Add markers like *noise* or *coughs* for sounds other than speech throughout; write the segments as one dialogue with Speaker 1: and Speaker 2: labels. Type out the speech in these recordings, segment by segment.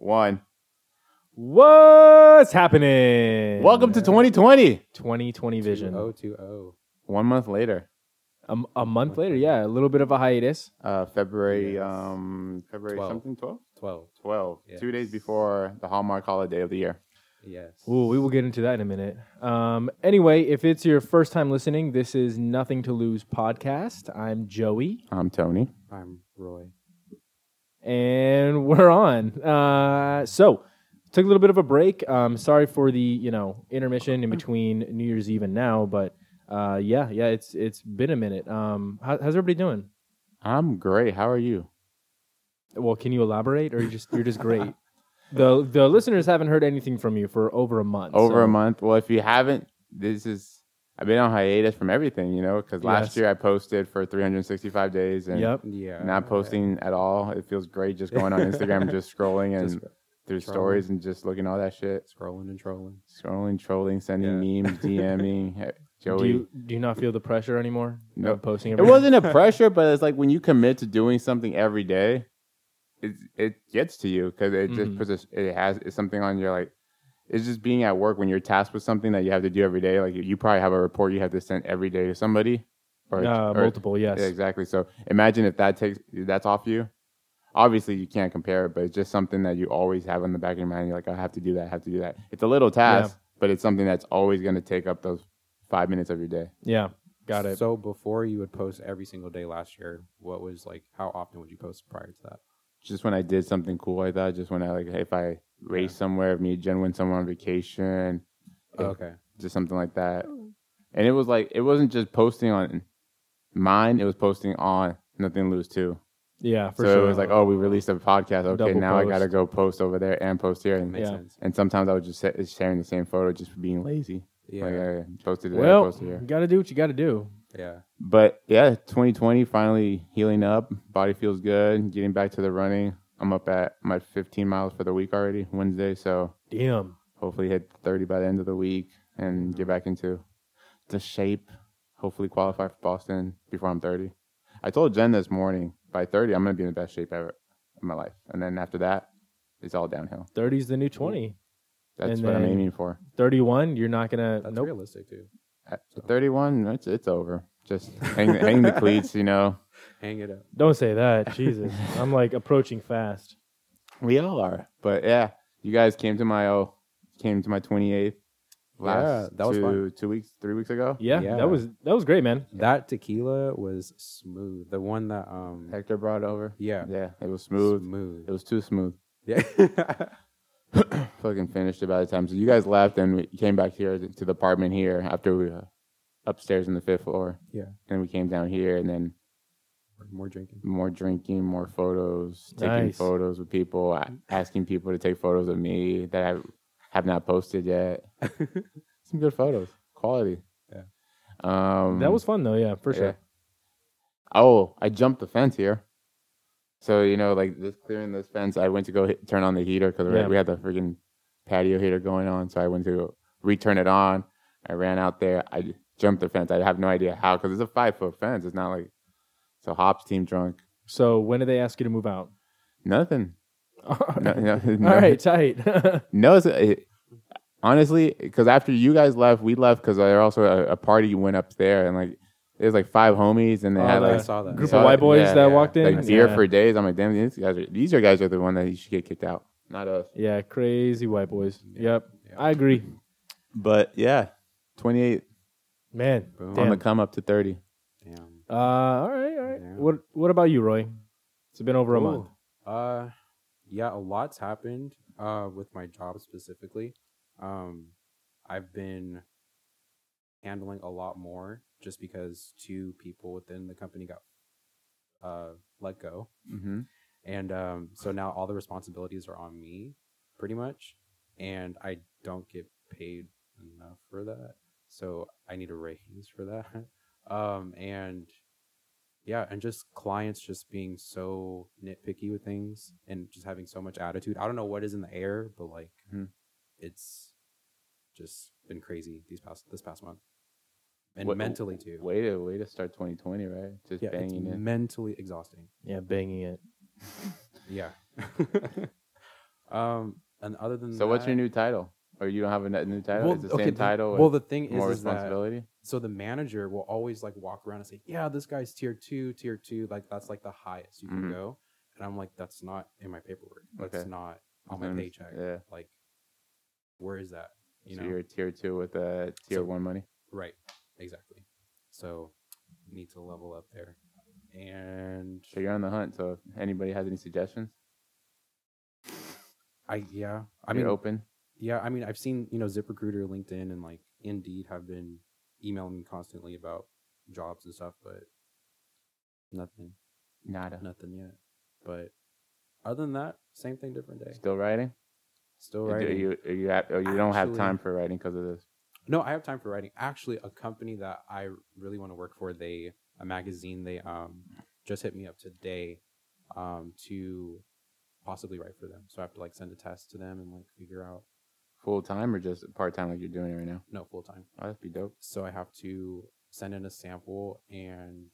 Speaker 1: one.
Speaker 2: What's happening?
Speaker 1: Welcome to 2020.
Speaker 2: 2020 Vision.
Speaker 3: 2020.
Speaker 1: One month later,
Speaker 2: A, a month later, yeah, a little bit of a hiatus.
Speaker 1: uh, February,
Speaker 3: Yes.
Speaker 1: um, February
Speaker 3: Twelve.
Speaker 1: something, 12?
Speaker 3: 12.
Speaker 1: 12. Two days
Speaker 3: Yes.
Speaker 1: before the Hallmark holiday of the year.
Speaker 3: Yes.
Speaker 2: Ooh, we will get into that in a minute. Um, anyway, if it's your first time listening, this is Nothing to Lose podcast. I'm Joey,
Speaker 1: I'm Tony.
Speaker 3: I'm Roy.
Speaker 2: and *laughs* we're on. Uh, so, took a little bit of a break. Um, sorry for the you know intermission in between New Year's Eve and now, but uh, yeah, yeah, it's it's been a minute. Um, how, how's everybody doing?
Speaker 1: I'm great. How are you?
Speaker 2: Well, can you elaborate, or you just you're just great? the The listeners haven't heard anything from you for over a month.
Speaker 1: Over a
Speaker 2: so-
Speaker 1: month. Well, if you haven't, this is, I've been on hiatus from everything, you know, because last
Speaker 2: Yes.
Speaker 1: year I posted for 365 days and
Speaker 2: Yep.
Speaker 3: Yeah.
Speaker 1: not posting at all. It feels great just
Speaker 2: *laughs*
Speaker 1: going on Instagram and just scrolling and
Speaker 3: Just
Speaker 1: through
Speaker 3: scrolling.
Speaker 1: stories and just looking at all that shit.
Speaker 3: scrolling and trolling.
Speaker 1: Scrolling, trolling, sending
Speaker 2: *laughs*
Speaker 1: memes, DMing. eh, Joey.
Speaker 2: Do you do you not feel the pressure anymore?
Speaker 1: No.
Speaker 2: of posting.
Speaker 1: It wasn't
Speaker 2: *laughs*
Speaker 1: a pressure, but it's like when you commit to doing something every day, it it gets to you because it just
Speaker 2: Mhm.
Speaker 1: puts a, it has it's something on your like. It's just being at work when you're tasked with something that you have to do every day. Like you probably have a report you have to send every day to somebody, or,
Speaker 2: uh,
Speaker 1: or-
Speaker 2: multiple. Yes.
Speaker 1: Yeah, exactly. So imagine if that takes that's off you. Obviously, you can't compare it, but it's just something that you always have in the back of your mind. You're like, I have to do that. I have to do that. It's a little task, but it's something that's always going to take up those five minutes of your day.
Speaker 2: Yeah. Got it.
Speaker 3: So before you would post every single day last year, what was like, how often would you post prior to that?
Speaker 1: just when I did something cool, I thought just when I like if I race somewhere, if me and Jen went somewhere on vacation, Yeah.
Speaker 3: Okay.
Speaker 1: just something like that. And it was like it wasn't just posting on mine; it was posting on Nothing to Lose too.
Speaker 2: yeah. For
Speaker 1: so
Speaker 2: sure.
Speaker 1: it was like, oh, we released a podcast. Okay,
Speaker 2: Double
Speaker 1: now I gotta
Speaker 2: post.
Speaker 1: go post over there and post here. And,
Speaker 3: Makes
Speaker 2: Yeah.
Speaker 3: sense.
Speaker 1: and sometimes I was just sa- sharing the same photo, just for being lazy.
Speaker 3: Yeah.
Speaker 1: Like I posted it,
Speaker 2: well,
Speaker 1: posted
Speaker 2: you
Speaker 1: here.
Speaker 2: got to do what you got to do.
Speaker 3: yeah.
Speaker 1: But yeah, 2020 finally healing up. Body feels good. Getting back to the running. I'm up at my 15 miles for the week already, Wednesday. So
Speaker 2: Damn.
Speaker 1: hopefully hit 30 by the end of the week and get back into the shape. Hopefully qualify for Boston before I'm 30. I told Jen this morning by 30 I'm gonna be in the best shape ever in my life, and then after that, it's all downhill.
Speaker 2: 30 is the new 20.
Speaker 1: That's
Speaker 2: And
Speaker 1: what I'm
Speaker 2: then-
Speaker 1: aiming for.
Speaker 2: 31, you're not going to.
Speaker 3: That's
Speaker 2: Nope.
Speaker 3: realistic too.
Speaker 1: At 31, it's it's over. Just
Speaker 2: *laughs*
Speaker 1: hang, hang the cleats, you know.
Speaker 3: Hang it up.
Speaker 2: Don't say
Speaker 1: *laughs*
Speaker 2: that. Jesus. I'm like approaching fast.
Speaker 1: We all are. But yeah, you guys came to my oh, came to my 28th last
Speaker 3: Yeah, that was
Speaker 1: two,
Speaker 3: fun.
Speaker 1: two weeks, three weeks ago.
Speaker 2: Yeah,
Speaker 3: Yeah.
Speaker 2: That was that was great, man.
Speaker 3: That tequila was smooth. The one that um
Speaker 1: Hector brought it over.
Speaker 3: yeah.
Speaker 1: Yeah, it was smooth. It was too smooth. *clears throat*
Speaker 3: Yeah.
Speaker 1: Fucking finished it by the time. So you guys left and we came back here to the apartment here after we uh, upstairs in the fifth floor.
Speaker 3: Yeah.
Speaker 1: And we came down here and then
Speaker 3: *laughs* More drinking.
Speaker 1: more drinking, more photos, taking
Speaker 2: Nice.
Speaker 1: photos with people, a- asking people to take photos of me that I have not posted yet.
Speaker 2: *laughs*
Speaker 1: Some good photos, quality.
Speaker 3: Yeah.
Speaker 1: Um,
Speaker 2: that was fun, though. Yeah, for sure.
Speaker 1: yeah. Oh, I jumped the fence here. So you know, like this clearing this fence, I went to go hit, turn on the heater because
Speaker 2: Yeah.
Speaker 1: we had the freaking patio heater going on. So I went to return it on. I ran out there. I jumped the fence. I have no idea how because it's a five foot fence. It's not like so Hop's team drunk.
Speaker 2: So when did they ask you to move out? *laughs*
Speaker 1: Nothing.
Speaker 2: All
Speaker 1: No,
Speaker 2: right,
Speaker 1: no, *laughs* no,
Speaker 2: All right tight. *laughs*
Speaker 1: No, it's, it, honestly, because after you guys left, we left because there also a, a party went up there and like there's like five homies and they
Speaker 2: Oh,
Speaker 1: had
Speaker 2: the
Speaker 1: like
Speaker 3: I saw that.
Speaker 2: Group
Speaker 1: Yeah.
Speaker 2: of white boys
Speaker 1: Yeah,
Speaker 2: that
Speaker 3: yeah.
Speaker 2: walked in.
Speaker 1: like beer
Speaker 2: yeah.
Speaker 1: for days. I'm like, damn, these guys are these are guys are the one that you should get kicked out, not us.
Speaker 2: Yeah, crazy white boys. Yep,
Speaker 3: Yeah.
Speaker 2: I agree.
Speaker 1: But yeah, 28
Speaker 2: Man,
Speaker 3: Boom.
Speaker 2: damn.
Speaker 1: on the come up to 30.
Speaker 3: Damn.
Speaker 2: Uh, all right, all right.
Speaker 3: Yeah.
Speaker 2: What What about you, Roy? It's been over a month.
Speaker 3: Ooh. Uh, yeah, a lot's happened. Uh, with my job specifically, um, I've been handling a lot more just because two people within the company got uh let go,
Speaker 1: Mm-hmm.
Speaker 3: and um, so now all the responsibilities are on me, pretty much, and I don't get paid enough for that, so I need a raise for that. *laughs* Um, and yeah, and just clients just being so nitpicky with things and just having so much attitude. I don't know what is in the air, but like
Speaker 1: Mhm.
Speaker 3: it's just been crazy these past this past month, and
Speaker 1: What-
Speaker 3: mentally too.
Speaker 1: Way to way to start 2020, right? Just
Speaker 3: yeah, it's
Speaker 1: banging in.
Speaker 3: mentally exhausting.
Speaker 2: Yeah, banging it.
Speaker 3: Yeah. *laughs* Um, and other than
Speaker 1: So what's your
Speaker 3: that-
Speaker 1: new title? Or you don't have a net- new title?
Speaker 3: Well,
Speaker 1: it's the
Speaker 3: okay,
Speaker 1: same
Speaker 3: the-
Speaker 1: title
Speaker 3: Well,
Speaker 1: with
Speaker 3: the thing is,
Speaker 1: more
Speaker 3: is that
Speaker 1: responsibility?
Speaker 3: so the manager will always like walk around and say, "Yeah, this guy's tier two, tier two. Like that's like the highest you can
Speaker 1: Mhm.
Speaker 3: go." And I'm like, "That's not in my paperwork. That's
Speaker 1: Okay.
Speaker 3: not on
Speaker 1: Then
Speaker 3: my
Speaker 1: it's-
Speaker 3: paycheck.
Speaker 1: Yeah.
Speaker 3: Like, where is that? You
Speaker 1: so
Speaker 3: know,
Speaker 1: you're tier two with uh, tier
Speaker 3: So-
Speaker 1: one money.
Speaker 3: right? Exactly. So need to level up there. And
Speaker 1: So you're on the hunt. So if anybody has any suggestions,
Speaker 3: I yeah, I
Speaker 1: you're
Speaker 3: mean,
Speaker 1: open.
Speaker 3: yeah, I mean, I've seen you know ZipRecruiter, LinkedIn, and like Indeed have been emailing me constantly about jobs and stuff, but nothing.
Speaker 1: Nada.
Speaker 3: nothing yet. But other than that, same thing, different day.
Speaker 1: Still writing?
Speaker 3: Still
Speaker 1: Or do
Speaker 3: writing.
Speaker 1: you, are you, at, or you don't have
Speaker 3: Actually-
Speaker 1: time for writing because of this?
Speaker 3: No, I have time for writing. Actually, a company that I really want to work for, they a magazine, they um just hit me up today um to possibly write for them. So I have to like send a test to them and like figure out
Speaker 1: Full time or just part time like you're doing right now?
Speaker 3: no full time.
Speaker 1: Oh, that'd be dope.
Speaker 3: So I have to send in a sample and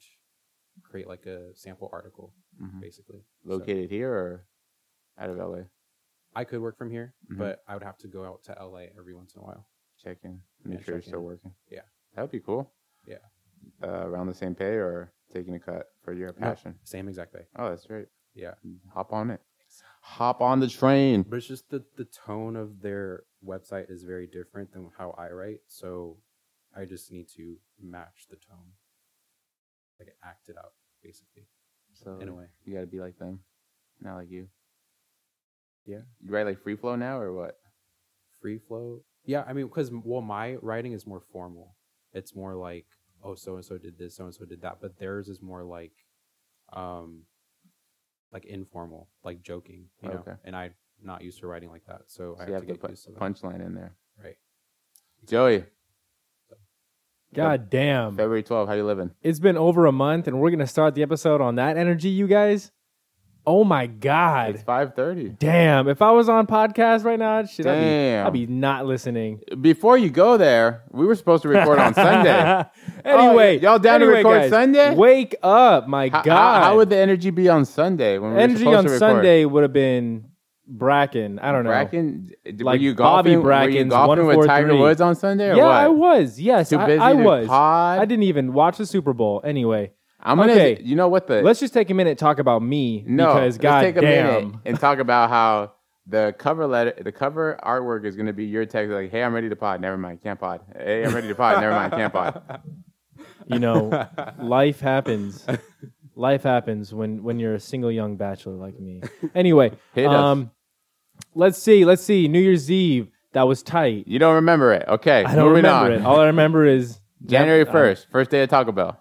Speaker 3: create like a sample article
Speaker 1: Mhm.
Speaker 3: basically. So
Speaker 1: Located here or out of LA?
Speaker 3: I could work from here,
Speaker 1: Mhm.
Speaker 3: but I would have to go out to LA every once in a while.
Speaker 1: Check in. Make
Speaker 3: Yeah,
Speaker 1: sure you're
Speaker 3: check
Speaker 1: still
Speaker 3: in.
Speaker 1: working.
Speaker 3: Yeah.
Speaker 1: That'd be cool.
Speaker 3: Yeah.
Speaker 1: Uh, around the same pay or taking a cut for your passion?
Speaker 3: Same exact day.
Speaker 1: Oh, that's right.
Speaker 3: Yeah.
Speaker 1: Hop on it. Hop on the train.
Speaker 3: Mm-hmm. but it's just the the tone of their website is very different than how I write, so I just need to match the tone, like act it out basically
Speaker 1: So
Speaker 3: in a way.
Speaker 1: you gotta be like them, not like you.
Speaker 3: Yeah.
Speaker 1: You write like free flow now or what?
Speaker 3: Free flow, yeah. I mean, because well, my writing is more formal. It's more like oh, so and so did this, so and so did that, but theirs is more like, um, like informal, like joking, you know.
Speaker 1: Okay.
Speaker 3: And I'm not used to writing like that, so,
Speaker 1: So
Speaker 3: I have,
Speaker 1: you have
Speaker 3: to
Speaker 1: to
Speaker 3: get
Speaker 1: put
Speaker 3: used to that.
Speaker 1: punchline in there.
Speaker 2: *laughs*
Speaker 3: Right.
Speaker 1: Joey,
Speaker 2: God damn.
Speaker 1: February 12th, how you living?
Speaker 2: It's been over a month, and we're gonna start the episode on that energy, you guys. Oh my
Speaker 1: It's
Speaker 2: god,
Speaker 1: 5:30.
Speaker 2: damn! If I was on podcast right now, shit, I'd be,
Speaker 1: Damn.
Speaker 2: I'd be not listening.
Speaker 1: Before you go there, we were supposed to record on
Speaker 2: *laughs*
Speaker 1: Sunday.
Speaker 2: anyway,
Speaker 1: Oh, y'all down to
Speaker 2: anyway,
Speaker 1: record
Speaker 2: guys,
Speaker 1: Sunday?
Speaker 2: Wake up, my
Speaker 1: How,
Speaker 2: god!
Speaker 1: how, how would the energy be on Sunday when we
Speaker 2: energy
Speaker 1: were supposed
Speaker 2: on
Speaker 1: to record?
Speaker 2: Sunday would have been Bracken? I don't know.
Speaker 1: Bracken, d- d-
Speaker 2: Like
Speaker 1: were you golfing?
Speaker 2: Bobby
Speaker 1: were you
Speaker 2: Bracken's
Speaker 1: golfing with Tiger
Speaker 2: 143.
Speaker 1: Woods on Sunday? Or
Speaker 2: yeah,
Speaker 1: what?
Speaker 2: I was. Yes,
Speaker 1: Too
Speaker 2: I-
Speaker 1: busy
Speaker 2: I,
Speaker 1: to
Speaker 2: was.
Speaker 1: pod?
Speaker 2: I didn't even watch the Super Bowl. Anyway,
Speaker 1: I'm gonna.
Speaker 2: Okay.
Speaker 1: You know what? The
Speaker 2: let's just take a minute to talk about me
Speaker 1: no.
Speaker 2: because
Speaker 1: let's
Speaker 2: goddamn.
Speaker 1: take a minute and talk about how the cover letter, the cover artwork is gonna be your text like, "Hey, I'm ready to pod. Never mind, can't pod. Hey, I'm ready to pod. Never mind, can't
Speaker 2: *laughs*
Speaker 1: pod." *laughs*
Speaker 2: you know, life happens. life happens when when you're a single young bachelor like me. Anyway,
Speaker 1: *laughs* Hit us.
Speaker 2: um, let's see, let's see. New Year's Eve, that was tight.
Speaker 1: You don't remember it? Okay,
Speaker 2: I don't
Speaker 1: moving on.
Speaker 2: remember it. All I remember is
Speaker 1: *laughs* January
Speaker 2: Jan-
Speaker 1: first, first day of Taco Bell.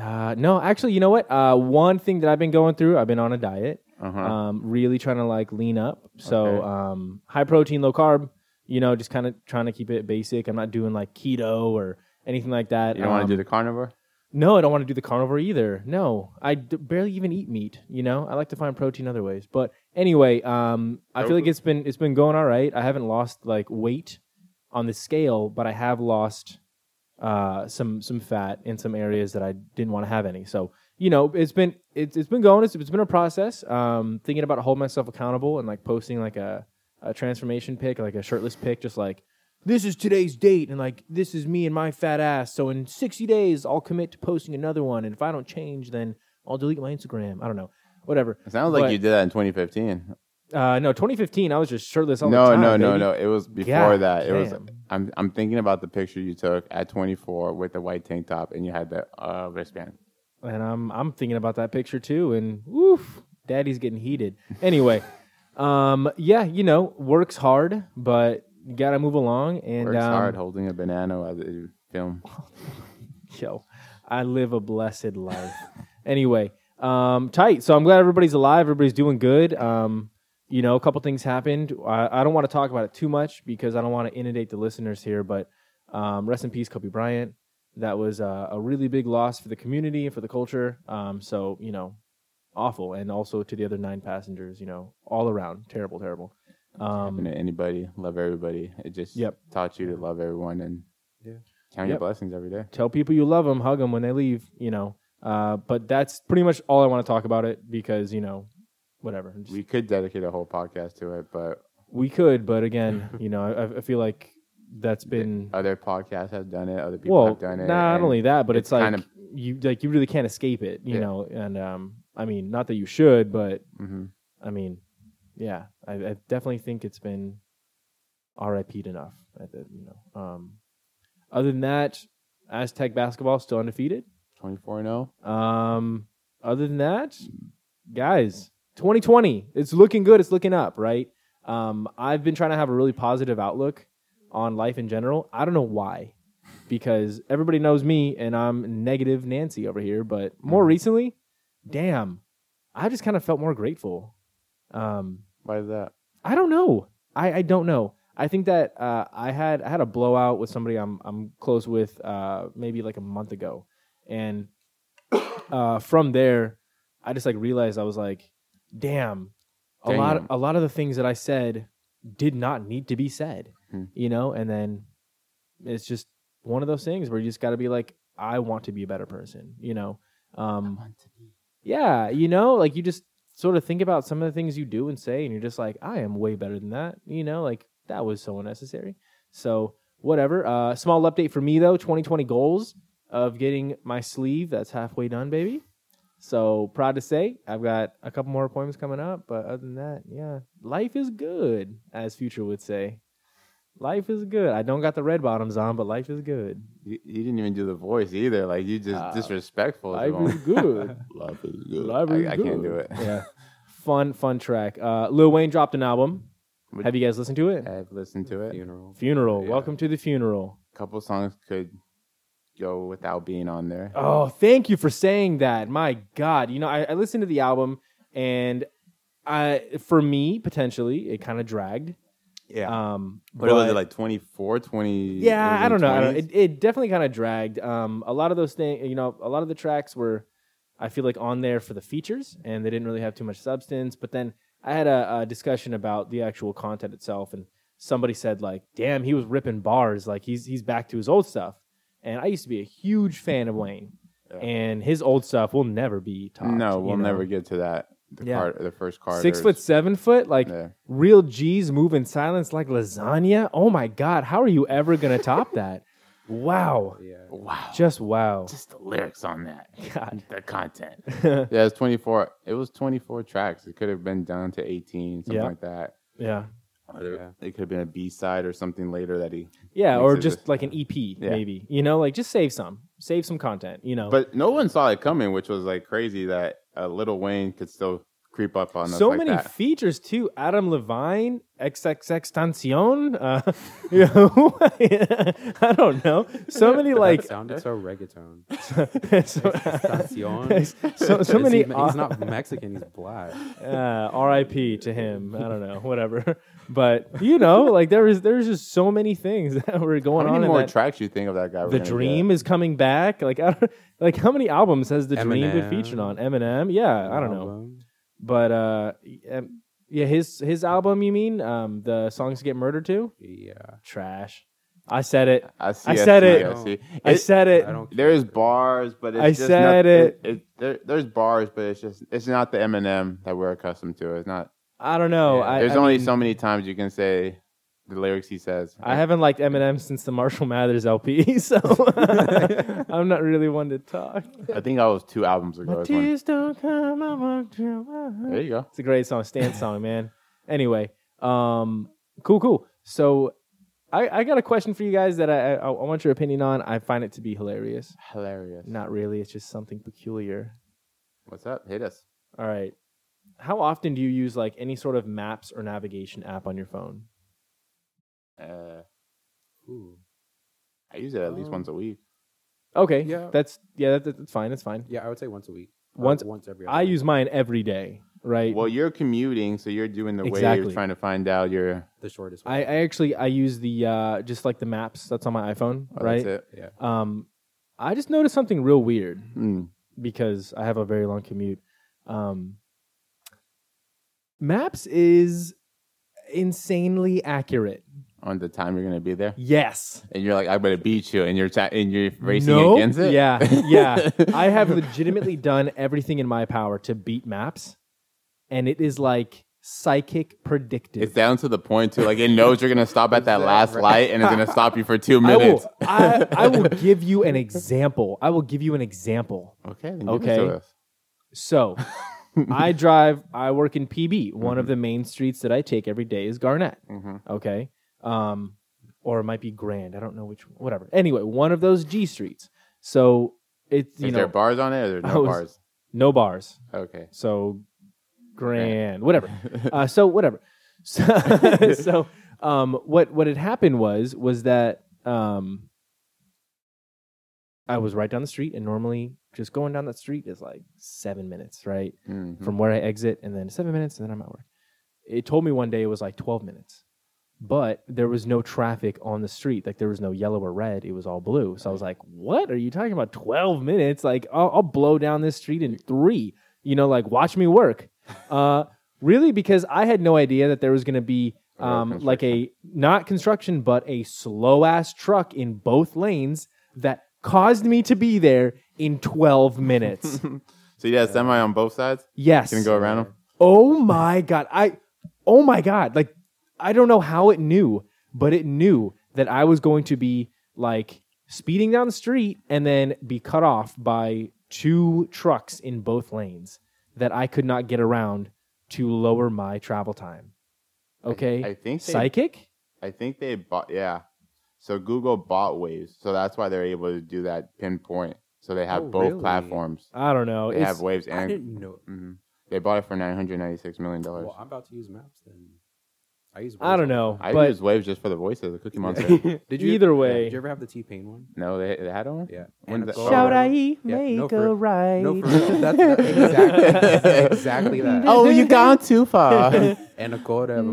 Speaker 2: Uh, no, actually, you know what? Uh, one thing that I've been going through, I've been on a diet.
Speaker 1: Uh-huh.
Speaker 2: Um, really trying to like lean up. So
Speaker 1: Okay.
Speaker 2: um, high protein, low carb. You know, just kind of trying to keep it basic. I'm not doing like keto or anything like that.
Speaker 1: You don't want
Speaker 2: Um,
Speaker 1: to do the carnivore?
Speaker 2: No, I don't want to do the carnivore either. No, I d- barely even eat meat. You know, I like to find protein other ways. But anyway, um, I feel like it's been it's been going all right. I haven't lost like weight on the scale, but I have lost uh, some some fat in some areas that I didn't want to have any. So you know, it's been it's, it's been going. It's, it's been a process. Um, thinking about holding myself accountable and like posting like a, a transformation pic, like a shirtless pic, just like this is today's date, and like this is me and my fat ass. So in sixty days, I'll commit to posting another one, and if I don't change, then I'll delete my Instagram. I don't know, whatever.
Speaker 1: It sounds like
Speaker 2: But-
Speaker 1: you did that in 2015.
Speaker 2: Uh, no, twenty fifteen, I was just shirtless all
Speaker 1: no,
Speaker 2: the time.
Speaker 1: no, no,
Speaker 2: baby.
Speaker 1: no. It was before
Speaker 2: God
Speaker 1: that. It was.
Speaker 2: damn.
Speaker 1: I'm I'm thinking about the picture you took at 24 with the white tank top and you had the uh, wristband.
Speaker 2: and I'm I'm thinking about that picture too. And woof, daddy's getting heated.
Speaker 1: *laughs*
Speaker 2: Anyway, um, yeah, you know, works hard, but you gotta move along. And
Speaker 1: Works
Speaker 2: um,
Speaker 1: hard holding a banana as a film.
Speaker 2: yo, I live a blessed life. anyway, um, tight. So I'm glad everybody's alive. Everybody's doing good. Um, you know, a couple things happened. I, I don't want to talk about it too much because I don't want to inundate the listeners here. But um, rest in peace, Kobe Bryant. That was uh, a really big loss for the community and for the culture. Um, so you know, awful, and also to the other nine passengers. You know, all around terrible, terrible.
Speaker 1: Happen
Speaker 2: Um,
Speaker 1: to anybody, love everybody. It just
Speaker 2: Yep.
Speaker 1: taught you to love everyone and
Speaker 3: Yeah.
Speaker 1: count your
Speaker 2: Yep.
Speaker 1: blessings every day.
Speaker 2: tell people you love them, hug them when they leave, you know. Uh, but that's pretty much all I want to talk about it because you know whatever. Just-
Speaker 1: We could dedicate a whole podcast to it, but
Speaker 2: we could, but again,
Speaker 1: *laughs*
Speaker 2: you know, I, I feel like that's been
Speaker 1: other podcasts have done it. Other people
Speaker 2: well.
Speaker 1: have done it.
Speaker 2: not
Speaker 1: and
Speaker 2: only that, but it's,
Speaker 1: it's
Speaker 2: like
Speaker 1: kind of-
Speaker 2: you like you really can't escape it, you
Speaker 1: Yeah.
Speaker 2: know. And um, I mean, not that you should, but
Speaker 1: Mhm.
Speaker 2: I mean, yeah, I, I definitely think it's been RIP'd enough. I did, you know. Um, other than that, Aztec basketball still undefeated.
Speaker 1: 24 and oh, 0.
Speaker 2: Um, other than that, guys, 2020, it's looking good. It's looking up, right? Um, I've been trying to have a really positive outlook on life in general. I don't know why, because everybody knows me and I'm negative Nancy over here. But more recently, damn, I just kind of felt more grateful. Um,
Speaker 1: Why is that?
Speaker 2: I don't know. I, I don't know. I think that uh, I had I had a blowout with somebody I'm I'm close with uh, maybe like a month ago, and *coughs* uh, from there, I just like realized I was like, damn, a lot
Speaker 1: Damn.
Speaker 2: a lot of the things that I said did not need to be said,
Speaker 1: Hmm.
Speaker 2: you know. And then it's just one of those things where you just got to be like, I want to be a better person, you know. Um, yeah, you know, like you just sort of think about some of the things you do and say, and you're just like, I am way better than that. You know, like that was so unnecessary. So whatever. Uh, small update for me though. 2020 goals of getting my sleeve. That's halfway done, baby. So proud to say I've got a couple more appointments coming up, but other than that, yeah, life is good, as Future would say. Life is good. I don't got the red bottoms on, but life is good.
Speaker 1: You, you didn't even do the voice either. Like you just
Speaker 2: Uh,
Speaker 1: disrespectful.
Speaker 2: Life
Speaker 1: Javon.
Speaker 2: is good.
Speaker 1: Life
Speaker 2: *laughs*
Speaker 1: is good.
Speaker 2: Live
Speaker 1: I,
Speaker 2: is
Speaker 1: I can't
Speaker 2: good.
Speaker 1: do it.
Speaker 2: Yeah. *laughs* fun, fun track. Uh, Lil Wayne dropped an album.
Speaker 1: Would-
Speaker 2: Have you guys listened to
Speaker 1: *laughs*
Speaker 2: it?
Speaker 1: I've listened to it.
Speaker 3: Funeral.
Speaker 2: Funeral.
Speaker 3: Yeah.
Speaker 2: Welcome to the funeral.
Speaker 1: A couple songs could go without being on there.
Speaker 2: Oh, thank you for saying that. My God. You know, I, I listened to the album and I, for me, potentially, it kind of dragged.
Speaker 1: yeah.
Speaker 2: Um,
Speaker 1: what was it like 24, 20?
Speaker 2: yeah, I don't know. I don't,
Speaker 1: 20s?
Speaker 2: it, it definitely kind of dragged. Um, a lot of those things, you know, a lot of the tracks were, I feel like, on there for the features, and they didn't really have too much substance. But then I had a, a discussion about the actual content itself, and somebody said like, "Damn, he was ripping bars. Like he's he's back to his old stuff." And I used to be a huge fan of Wayne,
Speaker 1: Yeah.
Speaker 2: and his old stuff will never be topped.
Speaker 1: no,
Speaker 2: you
Speaker 1: we'll
Speaker 2: know?
Speaker 1: never get to that. The,
Speaker 2: Yeah.
Speaker 1: Car- the first Carter.
Speaker 2: Six foot, seven foot, like
Speaker 1: Yeah.
Speaker 2: real G's move in silence like lasagna. Oh my God, how are you ever gonna top that? Wow,
Speaker 3: Yeah.
Speaker 1: Wow.
Speaker 2: just wow.
Speaker 1: Just the lyrics on that.
Speaker 2: God.
Speaker 1: The
Speaker 2: *laughs*
Speaker 1: content. yeah, it's 24. It was 24 tracks. It could have been down to 18, something
Speaker 2: Yeah.
Speaker 1: like that.
Speaker 2: Yeah,
Speaker 3: Yeah.
Speaker 1: It could have been a B side or something later that he.
Speaker 2: yeah, or
Speaker 1: Makes it
Speaker 2: just like an EP,
Speaker 1: Yeah.
Speaker 2: maybe. You know, like just save some, save some content. You know,
Speaker 1: But no one saw it coming, which was like crazy that uh, Little Wayne could still creep up on us.
Speaker 2: so
Speaker 1: like
Speaker 2: many
Speaker 1: that.
Speaker 2: features too. Adam Levine, XXX Tension. Uh, *laughs* you know, *laughs* I don't know. So many like *laughs*
Speaker 3: That sounded so reggaeton.
Speaker 2: so,
Speaker 3: Extension.
Speaker 2: so, so
Speaker 3: Is
Speaker 2: many.
Speaker 3: He, he's not
Speaker 2: *laughs*
Speaker 3: Mexican. He's black.
Speaker 2: uh, R.I.P. to him. I don't know, whatever. *laughs* But you know, like there is there's just so many things *laughs* that were
Speaker 1: How
Speaker 2: going on.
Speaker 1: many
Speaker 2: in
Speaker 1: more
Speaker 2: that-
Speaker 1: tracks you think of that guy? we're
Speaker 2: the
Speaker 1: gonna get?
Speaker 2: Dream is coming back. Like I don't, like how many albums has the Dream been
Speaker 3: Eminem.
Speaker 2: featured on? Eminem. Yeah, I don't know.
Speaker 3: Album.
Speaker 2: But uh, um, yeah, his his album. You mean um, the songs to get murdered to?
Speaker 3: Yeah.
Speaker 2: Trash. I said it.
Speaker 1: I, see,
Speaker 2: I said
Speaker 1: see,
Speaker 2: it.
Speaker 1: I see.
Speaker 2: I
Speaker 1: It-
Speaker 2: said it.
Speaker 3: I don't.
Speaker 1: There's bars, but it's
Speaker 2: I
Speaker 1: just
Speaker 2: said
Speaker 1: not,
Speaker 2: it.
Speaker 1: there, there's bars, but it's just it's not the Eminem that we're accustomed to. It's not.
Speaker 2: I don't know.
Speaker 3: Yeah.
Speaker 2: I,
Speaker 1: there's
Speaker 2: I
Speaker 1: only
Speaker 2: mean,
Speaker 1: so many times you can say the lyrics he says.
Speaker 2: I haven't liked Eminem since the Marshall Mathers LP, *laughs*
Speaker 3: *laughs*
Speaker 2: so I'm not really one to talk.
Speaker 1: I think I was two albums ago.
Speaker 2: My
Speaker 1: is when-
Speaker 2: tears don't come. I walk through my
Speaker 1: There you go.
Speaker 2: It's a great song, Stan song, man. Anyway, um, cool, cool. So, I, I got a question for you guys that I, I I want your opinion on. I find it to be hilarious.
Speaker 1: Hilarious.
Speaker 2: Not really. It's just something peculiar.
Speaker 1: What's up? Hit us.
Speaker 2: All right. How often do you use like any sort of maps or navigation app on your phone?
Speaker 1: Uh,
Speaker 3: Ooh.
Speaker 1: I use it at least
Speaker 3: Um,
Speaker 1: once a week.
Speaker 2: Okay.
Speaker 3: Yeah.
Speaker 2: That's yeah. That, that's fine. That's fine.
Speaker 3: Yeah, I would say once a week. or
Speaker 2: Once-
Speaker 3: once every. Other
Speaker 2: I
Speaker 3: week.
Speaker 2: use mine every day. Right.
Speaker 1: Well, you're commuting, so you're doing the way
Speaker 2: Exactly.
Speaker 1: you're trying to find out your. oh,
Speaker 3: the shortest.
Speaker 2: I, I actually I use the uh, just like the maps that's on my iPhone.
Speaker 1: Oh,
Speaker 2: right.
Speaker 1: That's it.
Speaker 3: yeah.
Speaker 2: Um, I just noticed something real weird.
Speaker 1: Hmm.
Speaker 2: because I have a very long commute. Um, Maps is insanely accurate.
Speaker 1: On the time you're gonna be there,
Speaker 2: Yes.
Speaker 1: and you're like, I better beat you, and you're ta- and you're racing
Speaker 2: No.
Speaker 1: against it. *laughs*
Speaker 2: Yeah, yeah. I have legitimately done everything in my power to beat Maps, and it is like psychic predictive.
Speaker 1: It's down to the point too. Like it knows you're gonna stop at that
Speaker 3: Yeah,
Speaker 1: last
Speaker 3: right.
Speaker 1: light and it's gonna stop you for two
Speaker 2: *laughs* I will,
Speaker 1: minutes.
Speaker 2: I, I will give you an example. I will give you an example.
Speaker 1: Okay. Then okay.
Speaker 2: Okay.
Speaker 1: *laughs*
Speaker 2: So I drive, I work in PB. One
Speaker 1: Mm-hmm.
Speaker 2: of the main streets that I take every day is Garnett.
Speaker 1: hmm
Speaker 2: Okay. Um, or it might be Grand. I don't know which, whatever. Anyway, one of those G streets. So it's, you
Speaker 1: Is
Speaker 2: know,
Speaker 1: there bars on it or there's
Speaker 2: I
Speaker 1: no
Speaker 2: was-
Speaker 1: bars?
Speaker 2: no bars. *laughs*
Speaker 1: Okay. Mm-hmm.
Speaker 2: So grand,
Speaker 1: *laughs*
Speaker 2: whatever. uh, so whatever. *laughs* So, so um, what what had happened was was that um, I was right down the street, and normally just going down that street is like seven minutes, right,
Speaker 1: Mhm.
Speaker 2: from where I exit, and then seven minutes, and then I'm at work. It told me one day it was like twelve minutes, but there was no traffic on the street, like there was no yellow or red. It was all blue. So I was like, "What are you talking about? Twelve minutes? Like I'll, I'll blow down this street in three you know, like watch me work.
Speaker 1: *laughs*
Speaker 2: Uh, really, because I had no idea that there was going to be
Speaker 1: A road
Speaker 2: um, like a not construction, but a slow ass truck in both lanes that caused me to be there in
Speaker 1: *laughs*
Speaker 2: 12 minutes.
Speaker 1: So you had a semi on both sides?
Speaker 2: yes.
Speaker 1: Can we go around them?
Speaker 2: Oh my God. I, oh my God. Like, I don't know how it knew, but it knew that I was going to be like speeding down the street and then be cut off by two trucks in both lanes that I could not get around to lower my travel time. Okay.
Speaker 1: I think they,
Speaker 2: Psychic?
Speaker 1: I think they bought yeah. So Google bought Waves, so that's why they're able to do that pinpoint. So they have
Speaker 3: Oh,
Speaker 1: both
Speaker 3: really?
Speaker 1: platforms.
Speaker 2: I don't know.
Speaker 1: They
Speaker 2: Oh, It's-
Speaker 1: have Waves
Speaker 3: I
Speaker 1: and
Speaker 3: didn't know.
Speaker 2: Mm-hmm.
Speaker 1: mhm. they bought it for nine hundred ninety six million dollars.
Speaker 3: Well, I'm about to use maps then. I use.
Speaker 2: I don't
Speaker 3: Waze all
Speaker 2: know.
Speaker 3: the
Speaker 1: I
Speaker 2: but
Speaker 1: use Waves just for the voices, the Cookie Monster.
Speaker 2: *laughs*
Speaker 3: time. Did you
Speaker 2: Either
Speaker 3: yeah,
Speaker 2: way.
Speaker 3: Did you ever have the T Pain one?
Speaker 1: no, they, they had one.
Speaker 3: Yeah.
Speaker 1: When's that-
Speaker 3: Shout
Speaker 2: shout
Speaker 1: Oh.
Speaker 2: I
Speaker 3: out.
Speaker 2: make
Speaker 3: Yeah, no, for-
Speaker 2: a right.
Speaker 3: No, for real.
Speaker 2: *laughs*
Speaker 3: That's, that's exactly,
Speaker 1: *laughs*
Speaker 3: that's exactly that.
Speaker 1: Oh, you gone too far.
Speaker 3: And a quarter of a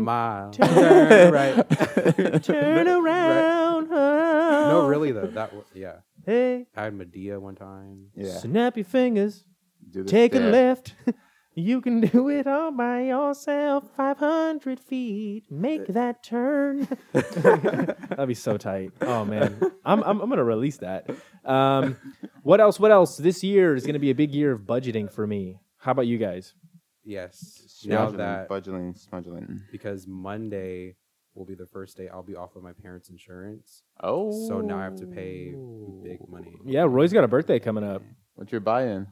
Speaker 2: *laughs*
Speaker 3: mile.
Speaker 2: Turn
Speaker 3: *laughs* right. *laughs*
Speaker 2: Turn around.
Speaker 3: No, really though. That was, yeah.
Speaker 2: Hey.
Speaker 3: I had Medea one time.
Speaker 1: yeah.
Speaker 2: Snap your fingers.
Speaker 1: Do the
Speaker 2: Take
Speaker 1: *laughs*
Speaker 2: a
Speaker 1: stare.
Speaker 2: left. *laughs* You can do it all by yourself. 500 feet. Make that turn. Uh, *laughs* That'd be so tight. Oh, man. I'm, I'm, I'm going to release that. Um, what else? What else? This year is going to be a big year of budgeting for me. How about you guys?
Speaker 3: Yes. Now
Speaker 1: Smudgeling,
Speaker 3: that
Speaker 1: budgeling, smudgeling.
Speaker 3: because Monday will be the first day I'll be off of my parents' insurance,
Speaker 1: Oh,
Speaker 3: so now I have to pay
Speaker 2: Oh.
Speaker 3: big money.
Speaker 2: Yeah, Roy's got a birthday coming up.
Speaker 1: What's your buy-in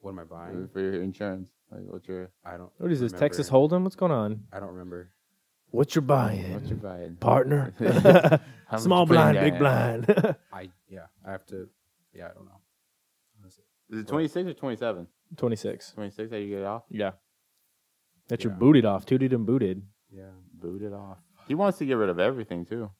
Speaker 3: What am I buying?
Speaker 1: for your insurance? Like, what's your
Speaker 3: I don't.
Speaker 2: What is this?
Speaker 3: remember.
Speaker 2: Texas Hold'em? What's going on?
Speaker 3: I don't remember.
Speaker 2: What you're
Speaker 1: what's
Speaker 2: buying,
Speaker 1: your buy-in?
Speaker 2: partner? *laughs*
Speaker 1: How much
Speaker 2: Small
Speaker 1: you putting down?
Speaker 2: blind, big blind. *laughs*
Speaker 3: I yeah. I have to. Yeah, I don't know.
Speaker 1: Is it twenty six or twenty seven?
Speaker 2: 26.
Speaker 1: Twenty six. How you get it off?
Speaker 2: Yeah. That you're
Speaker 3: Yeah.
Speaker 2: booted off, tooted and booted.
Speaker 3: Yeah.
Speaker 1: Boot it off. He wants to get rid of everything too.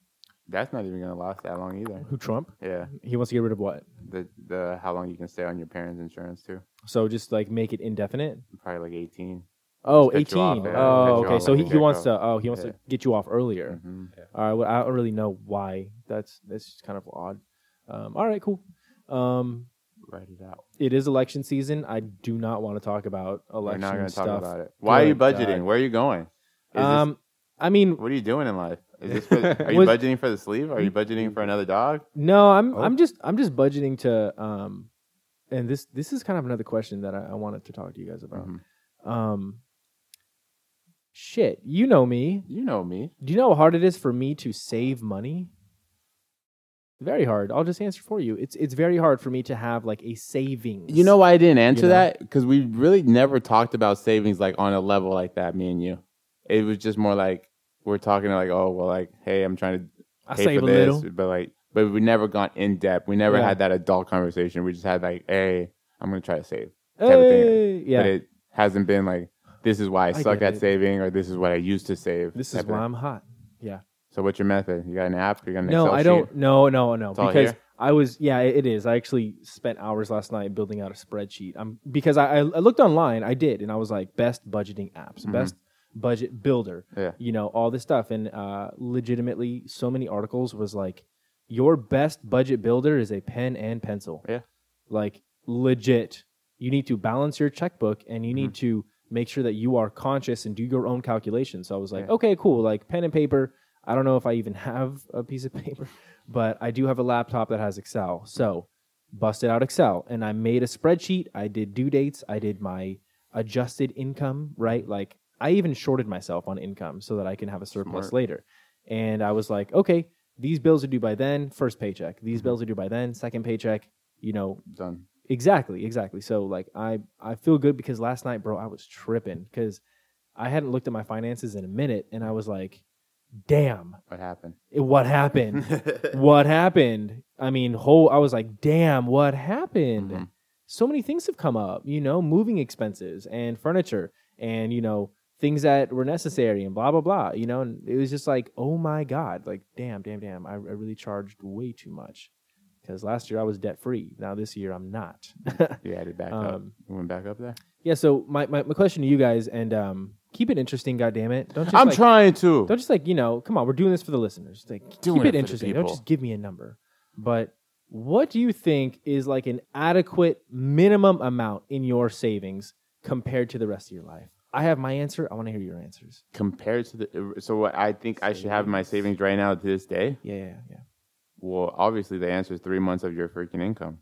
Speaker 1: That's not even gonna last that long either.
Speaker 2: Who, Trump?
Speaker 1: Yeah,
Speaker 2: He wants to get rid of what?
Speaker 1: the the how long you can stay on your parents' insurance too?
Speaker 2: So just like make it indefinite?
Speaker 1: Probably like eighteen.
Speaker 2: Oh,
Speaker 1: Just cut you
Speaker 2: 18.
Speaker 1: off, yeah. Cut
Speaker 2: Oh,
Speaker 1: you
Speaker 2: okay.
Speaker 1: off
Speaker 2: So he,
Speaker 1: like
Speaker 2: he
Speaker 1: a
Speaker 2: wants to
Speaker 1: jackal.
Speaker 2: oh he wants to
Speaker 1: Yeah.
Speaker 2: get you off earlier.
Speaker 1: Mm-hmm.
Speaker 2: All right. Well, I don't really know why. That's that's just kind of odd. Um, all right, cool. Um,
Speaker 1: Write it out.
Speaker 2: it is election season. I do not want to talk about
Speaker 1: We're
Speaker 2: election
Speaker 1: not gonna
Speaker 2: stuff.
Speaker 1: talk about it. Why are you
Speaker 2: Good God.
Speaker 1: budgeting? Where are you going? Is this-
Speaker 2: Um, I mean,
Speaker 1: what are you doing in life? Is this for, *laughs* are you
Speaker 2: Was-
Speaker 1: budgeting for the sleeve? Are you budgeting for another dog?
Speaker 2: No, I'm
Speaker 3: Oh.
Speaker 2: I'm just I'm just budgeting to um, and this this is kind of another question that I, I wanted to talk to you guys about.
Speaker 1: Mhm.
Speaker 2: Um, shit, you know me.
Speaker 1: You know me.
Speaker 2: Do you know how hard it is for me to save money? Very hard. I'll just answer for you. It's it's very hard for me to have like a savings.
Speaker 1: You know why I didn't answer
Speaker 2: know?
Speaker 1: that? Because we really never talked about savings like on a level like that, me and you. It was just more like we're talking like, oh well, like hey, I'm trying to
Speaker 2: I
Speaker 1: pay
Speaker 2: save
Speaker 1: for
Speaker 2: a
Speaker 1: this,
Speaker 2: little.
Speaker 1: but like, but we never got in depth. We never
Speaker 2: Yeah.
Speaker 1: had that adult conversation. We just had like, hey, I'm gonna try to save. type of thing.
Speaker 2: Hey, yeah.
Speaker 1: But it hasn't been like, this is why I,
Speaker 2: I
Speaker 1: suck
Speaker 2: get
Speaker 1: at
Speaker 2: it.
Speaker 1: saving, or this is what I used to save.
Speaker 2: this
Speaker 1: type
Speaker 2: is
Speaker 1: of thing.
Speaker 2: why I'm hot.
Speaker 1: So what's your method? You got an app? You got an
Speaker 2: no,
Speaker 1: Excel
Speaker 2: I
Speaker 1: sheet?
Speaker 2: don't. No, no, no.
Speaker 1: It's all
Speaker 2: because
Speaker 1: here?
Speaker 2: I was. Yeah, it it is. I actually spent hours last night building out a spreadsheet. I'm because I, I I looked online. I did, and I was like, best budgeting apps,
Speaker 1: Mhm.
Speaker 2: best budget builder.
Speaker 1: Yeah.
Speaker 2: You know all this stuff, and uh, legitimately, so many articles was like, your best budget builder is a pen and pencil.
Speaker 1: Yeah.
Speaker 2: Like legit, you need to balance your checkbook, and you need
Speaker 1: Mm-hmm.
Speaker 2: to make sure that you are conscious and do your own calculations. So I was like,
Speaker 1: Yeah.
Speaker 2: okay, cool. Like pen and paper. I don't know if I even have a piece of paper, but I do have a laptop that has Excel. So busted out Excel and I made a spreadsheet. I did due dates. I did my adjusted income, right? Like I even shorted myself on income so that I can have a surplus
Speaker 1: Smart.
Speaker 2: later. And I was like, okay, these bills are due by then, first paycheck. These bills are due by then, second paycheck. You know,
Speaker 1: Done.
Speaker 2: exactly, exactly. So like I I feel good because last night, bro, I was tripping cuz I hadn't looked at my finances in a minute and I was like, damn,
Speaker 1: What happened?
Speaker 2: it- what happened? what happened? I mean, whole I was like, damn, what happened?
Speaker 1: Mhm.
Speaker 2: So many things have come up, you know, moving expenses and furniture and you know things that were necessary and blah blah blah, you know. And it was just like, oh my god, like damn, damn, damn, I, I really charged way too much because last year I was debt free. Now this year I'm not.
Speaker 1: You added back up.
Speaker 2: um,
Speaker 1: You went back up there.
Speaker 2: yeah. So my, my my question to you guys and um, keep it interesting, god damn it. Don't just
Speaker 1: I'm
Speaker 2: like,
Speaker 1: trying to.
Speaker 2: don't just like you know come on we're doing this for the listeners like
Speaker 1: Doing
Speaker 2: keep
Speaker 1: it
Speaker 2: it,
Speaker 1: for the
Speaker 2: interesting don't
Speaker 1: people.
Speaker 2: just give me a number but what do you think is like an adequate minimum amount in your savings compared to the rest of your life i have my answer i want to hear your answers
Speaker 1: Compared to the so what I think I should have in my savings right now to this day.
Speaker 2: yeah yeah yeah
Speaker 1: Well, obviously the answer is three months of your freaking income.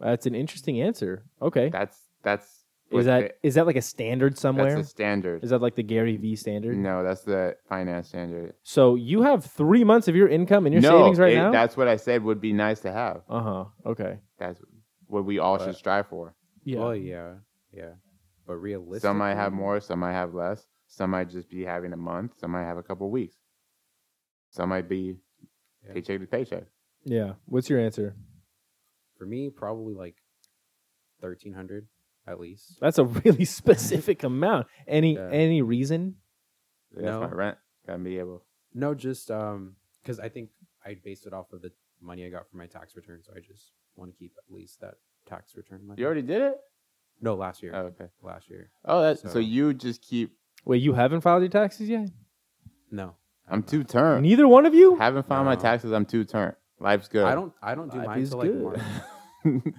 Speaker 2: that's an interesting answer okay
Speaker 1: That's that's
Speaker 2: is
Speaker 1: what
Speaker 2: that is
Speaker 1: the-
Speaker 2: that like a standard somewhere
Speaker 1: That's a standard.
Speaker 2: is that like the gary v standard
Speaker 1: No, that's the finance standard.
Speaker 2: so you have three months of your income in your
Speaker 1: no,
Speaker 2: savings right
Speaker 1: it-
Speaker 2: now
Speaker 1: That's what I said would be nice to have.
Speaker 2: uh-huh okay
Speaker 1: That's what we all should
Speaker 3: But-
Speaker 1: strive for.
Speaker 2: yeah
Speaker 3: Well, yeah, yeah. But realistically,
Speaker 1: Some might have more, some might have less. Some might just be having a month, some might have a couple weeks. Some might be
Speaker 3: Yeah.
Speaker 1: paycheck to paycheck.
Speaker 2: yeah what's your answer
Speaker 3: For me, probably like thirteen hundred at least.
Speaker 2: that's a really *laughs* specific amount any
Speaker 3: Yeah.
Speaker 2: any reason
Speaker 1: That's
Speaker 3: No.
Speaker 1: my rent. Gotta be able.
Speaker 2: *laughs*
Speaker 3: No, just um, because I think I based it off of the money I got for my tax return, so I just want to keep at least that tax return money.
Speaker 1: You already did it?
Speaker 3: no last year,
Speaker 1: Oh, okay.
Speaker 3: last year.
Speaker 1: Oh, that's so,
Speaker 3: So-
Speaker 1: you just keep.
Speaker 2: Wait, you haven't filed your taxes yet?
Speaker 3: No,
Speaker 1: I'm two turned.
Speaker 2: Neither one of you?
Speaker 1: Haven't found my
Speaker 3: No.
Speaker 1: taxes. I'm two turned. Life's good.
Speaker 3: I don't. I don't do
Speaker 2: Life
Speaker 3: mine
Speaker 2: is
Speaker 3: until like
Speaker 2: good. *laughs*
Speaker 1: *laughs*
Speaker 3: March.
Speaker 1: don't.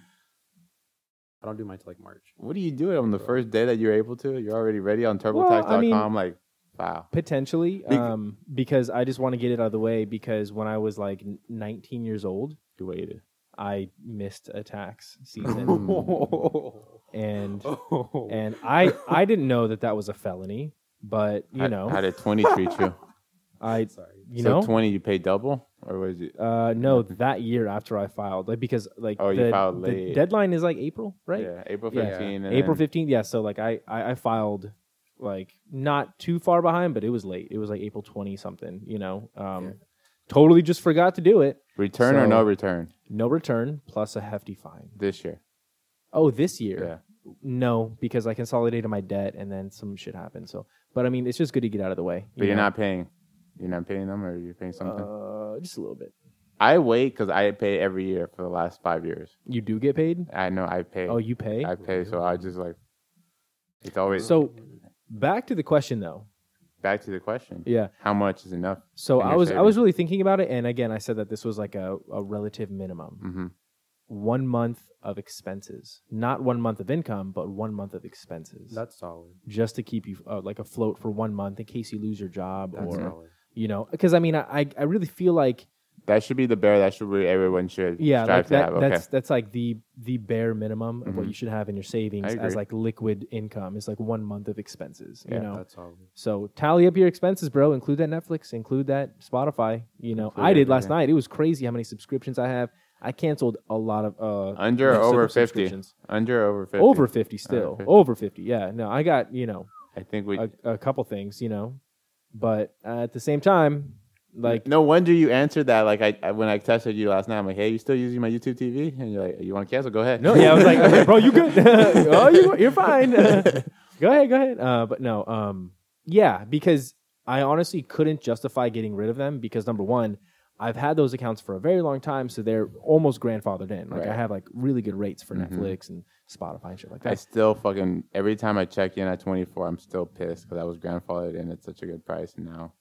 Speaker 3: I don't do mine till like March.
Speaker 1: *laughs* what are you doing on the first day that you're able to? You're already ready on TurboTax.com.
Speaker 2: I mean-
Speaker 1: like, wow.
Speaker 2: Potentially,
Speaker 1: Bec-
Speaker 2: um, because I just want to get it out of the way. Because when I was like n- 19 years old,
Speaker 1: You waited.
Speaker 2: I missed
Speaker 1: *laughs*
Speaker 2: a tax season, and
Speaker 1: Oh.
Speaker 2: and I I didn't know that that was a felony. But you
Speaker 1: How-
Speaker 2: know,
Speaker 1: How did 20 treat you?
Speaker 2: *laughs* I
Speaker 3: sorry.
Speaker 2: *laughs* you
Speaker 1: so
Speaker 2: know,
Speaker 1: 20, you pay double? Or was it?
Speaker 2: uh, no, that year after I filed, like because like
Speaker 1: Oh, you
Speaker 2: the,
Speaker 1: filed
Speaker 2: the
Speaker 1: late.
Speaker 2: deadline is like April, right?
Speaker 1: Yeah, April
Speaker 2: Yeah.
Speaker 1: 15. and
Speaker 2: April
Speaker 1: then-
Speaker 2: 15th. Yeah. So like I, I I filed like not too far behind, but it was late. It was like April 20 something, you know. Um
Speaker 3: Yeah.
Speaker 2: totally just forgot to do it.
Speaker 1: Return or
Speaker 2: So-
Speaker 1: no return
Speaker 2: No return plus a hefty fine.
Speaker 1: this year?
Speaker 2: Oh, this year.
Speaker 1: Yeah.
Speaker 2: No, because I consolidated my debt and then some shit happened. So, but I mean, it's just good to get out of the way.
Speaker 1: But you're not paying. You're not paying them or you're paying something?
Speaker 2: uh, just a little bit.
Speaker 1: I wait because I pay every year for the last five years.
Speaker 2: You do get paid?
Speaker 1: I know I pay.
Speaker 2: Oh, you pay?
Speaker 1: I pay, so I just like. It's always
Speaker 2: So- Back to the question though.
Speaker 1: back to the question.
Speaker 2: Yeah.
Speaker 1: How much is enough?
Speaker 2: So
Speaker 1: And
Speaker 2: I
Speaker 1: your
Speaker 2: was I was really thinking about it and again, I said that this was like a, a relative minimum.
Speaker 1: hmm
Speaker 2: one month of expenses, not one month of income, but one month of expenses,
Speaker 3: That's solid.
Speaker 2: just to keep you uh, like afloat for one month in case you lose your job
Speaker 3: That's
Speaker 2: or
Speaker 3: solid.
Speaker 2: you know. Because I mean, I I- I really feel like
Speaker 1: That should be the bear. That should be everyone should
Speaker 2: yeah,
Speaker 1: strive
Speaker 2: like
Speaker 1: to
Speaker 2: that,
Speaker 1: have. Okay.
Speaker 2: that's that's like the the bare minimum of what
Speaker 1: Mhm.
Speaker 2: you should have in your savings
Speaker 1: agree.
Speaker 2: as like liquid income is like one month of expenses.
Speaker 1: Yeah,
Speaker 2: you know,
Speaker 3: That's solid.
Speaker 2: So tally up your expenses, bro. Include that Netflix, include that Spotify. You know,
Speaker 1: Include
Speaker 2: I did last
Speaker 1: everything.
Speaker 2: night. It was crazy how many subscriptions I have. I canceled a lot of uh
Speaker 1: Under or over
Speaker 2: subscriptions.
Speaker 1: 50? Under or over 50?
Speaker 2: Over 50 still.
Speaker 1: 50.
Speaker 2: Over 50. Yeah. No, I got, you know,
Speaker 1: I think we.
Speaker 2: a, a couple things, you know. But uh, at the same time, like
Speaker 1: no wonder you answered that. Like I, I when I texted you last night, I'm like, "Hey, you still using my YouTube TV?" And you're like, "You want to cancel? Go ahead."
Speaker 2: No, yeah, I was like, okay,
Speaker 1: *laughs*
Speaker 2: bro, you good? *laughs* oh, you, you're fine. *laughs* go ahead, go ahead. Uh, but no, um, yeah, because I honestly couldn't justify getting rid of them because number one, I've had those accounts for a very long time, so they're almost grandfathered in. Like I
Speaker 1: Right.
Speaker 2: have like really good rates for
Speaker 1: Mhm.
Speaker 2: Netflix and Spotify and shit like
Speaker 1: I
Speaker 2: that.
Speaker 1: still fucking every time I check in at 24, I'm still pissed because I was grandfathered in at such a good price, and now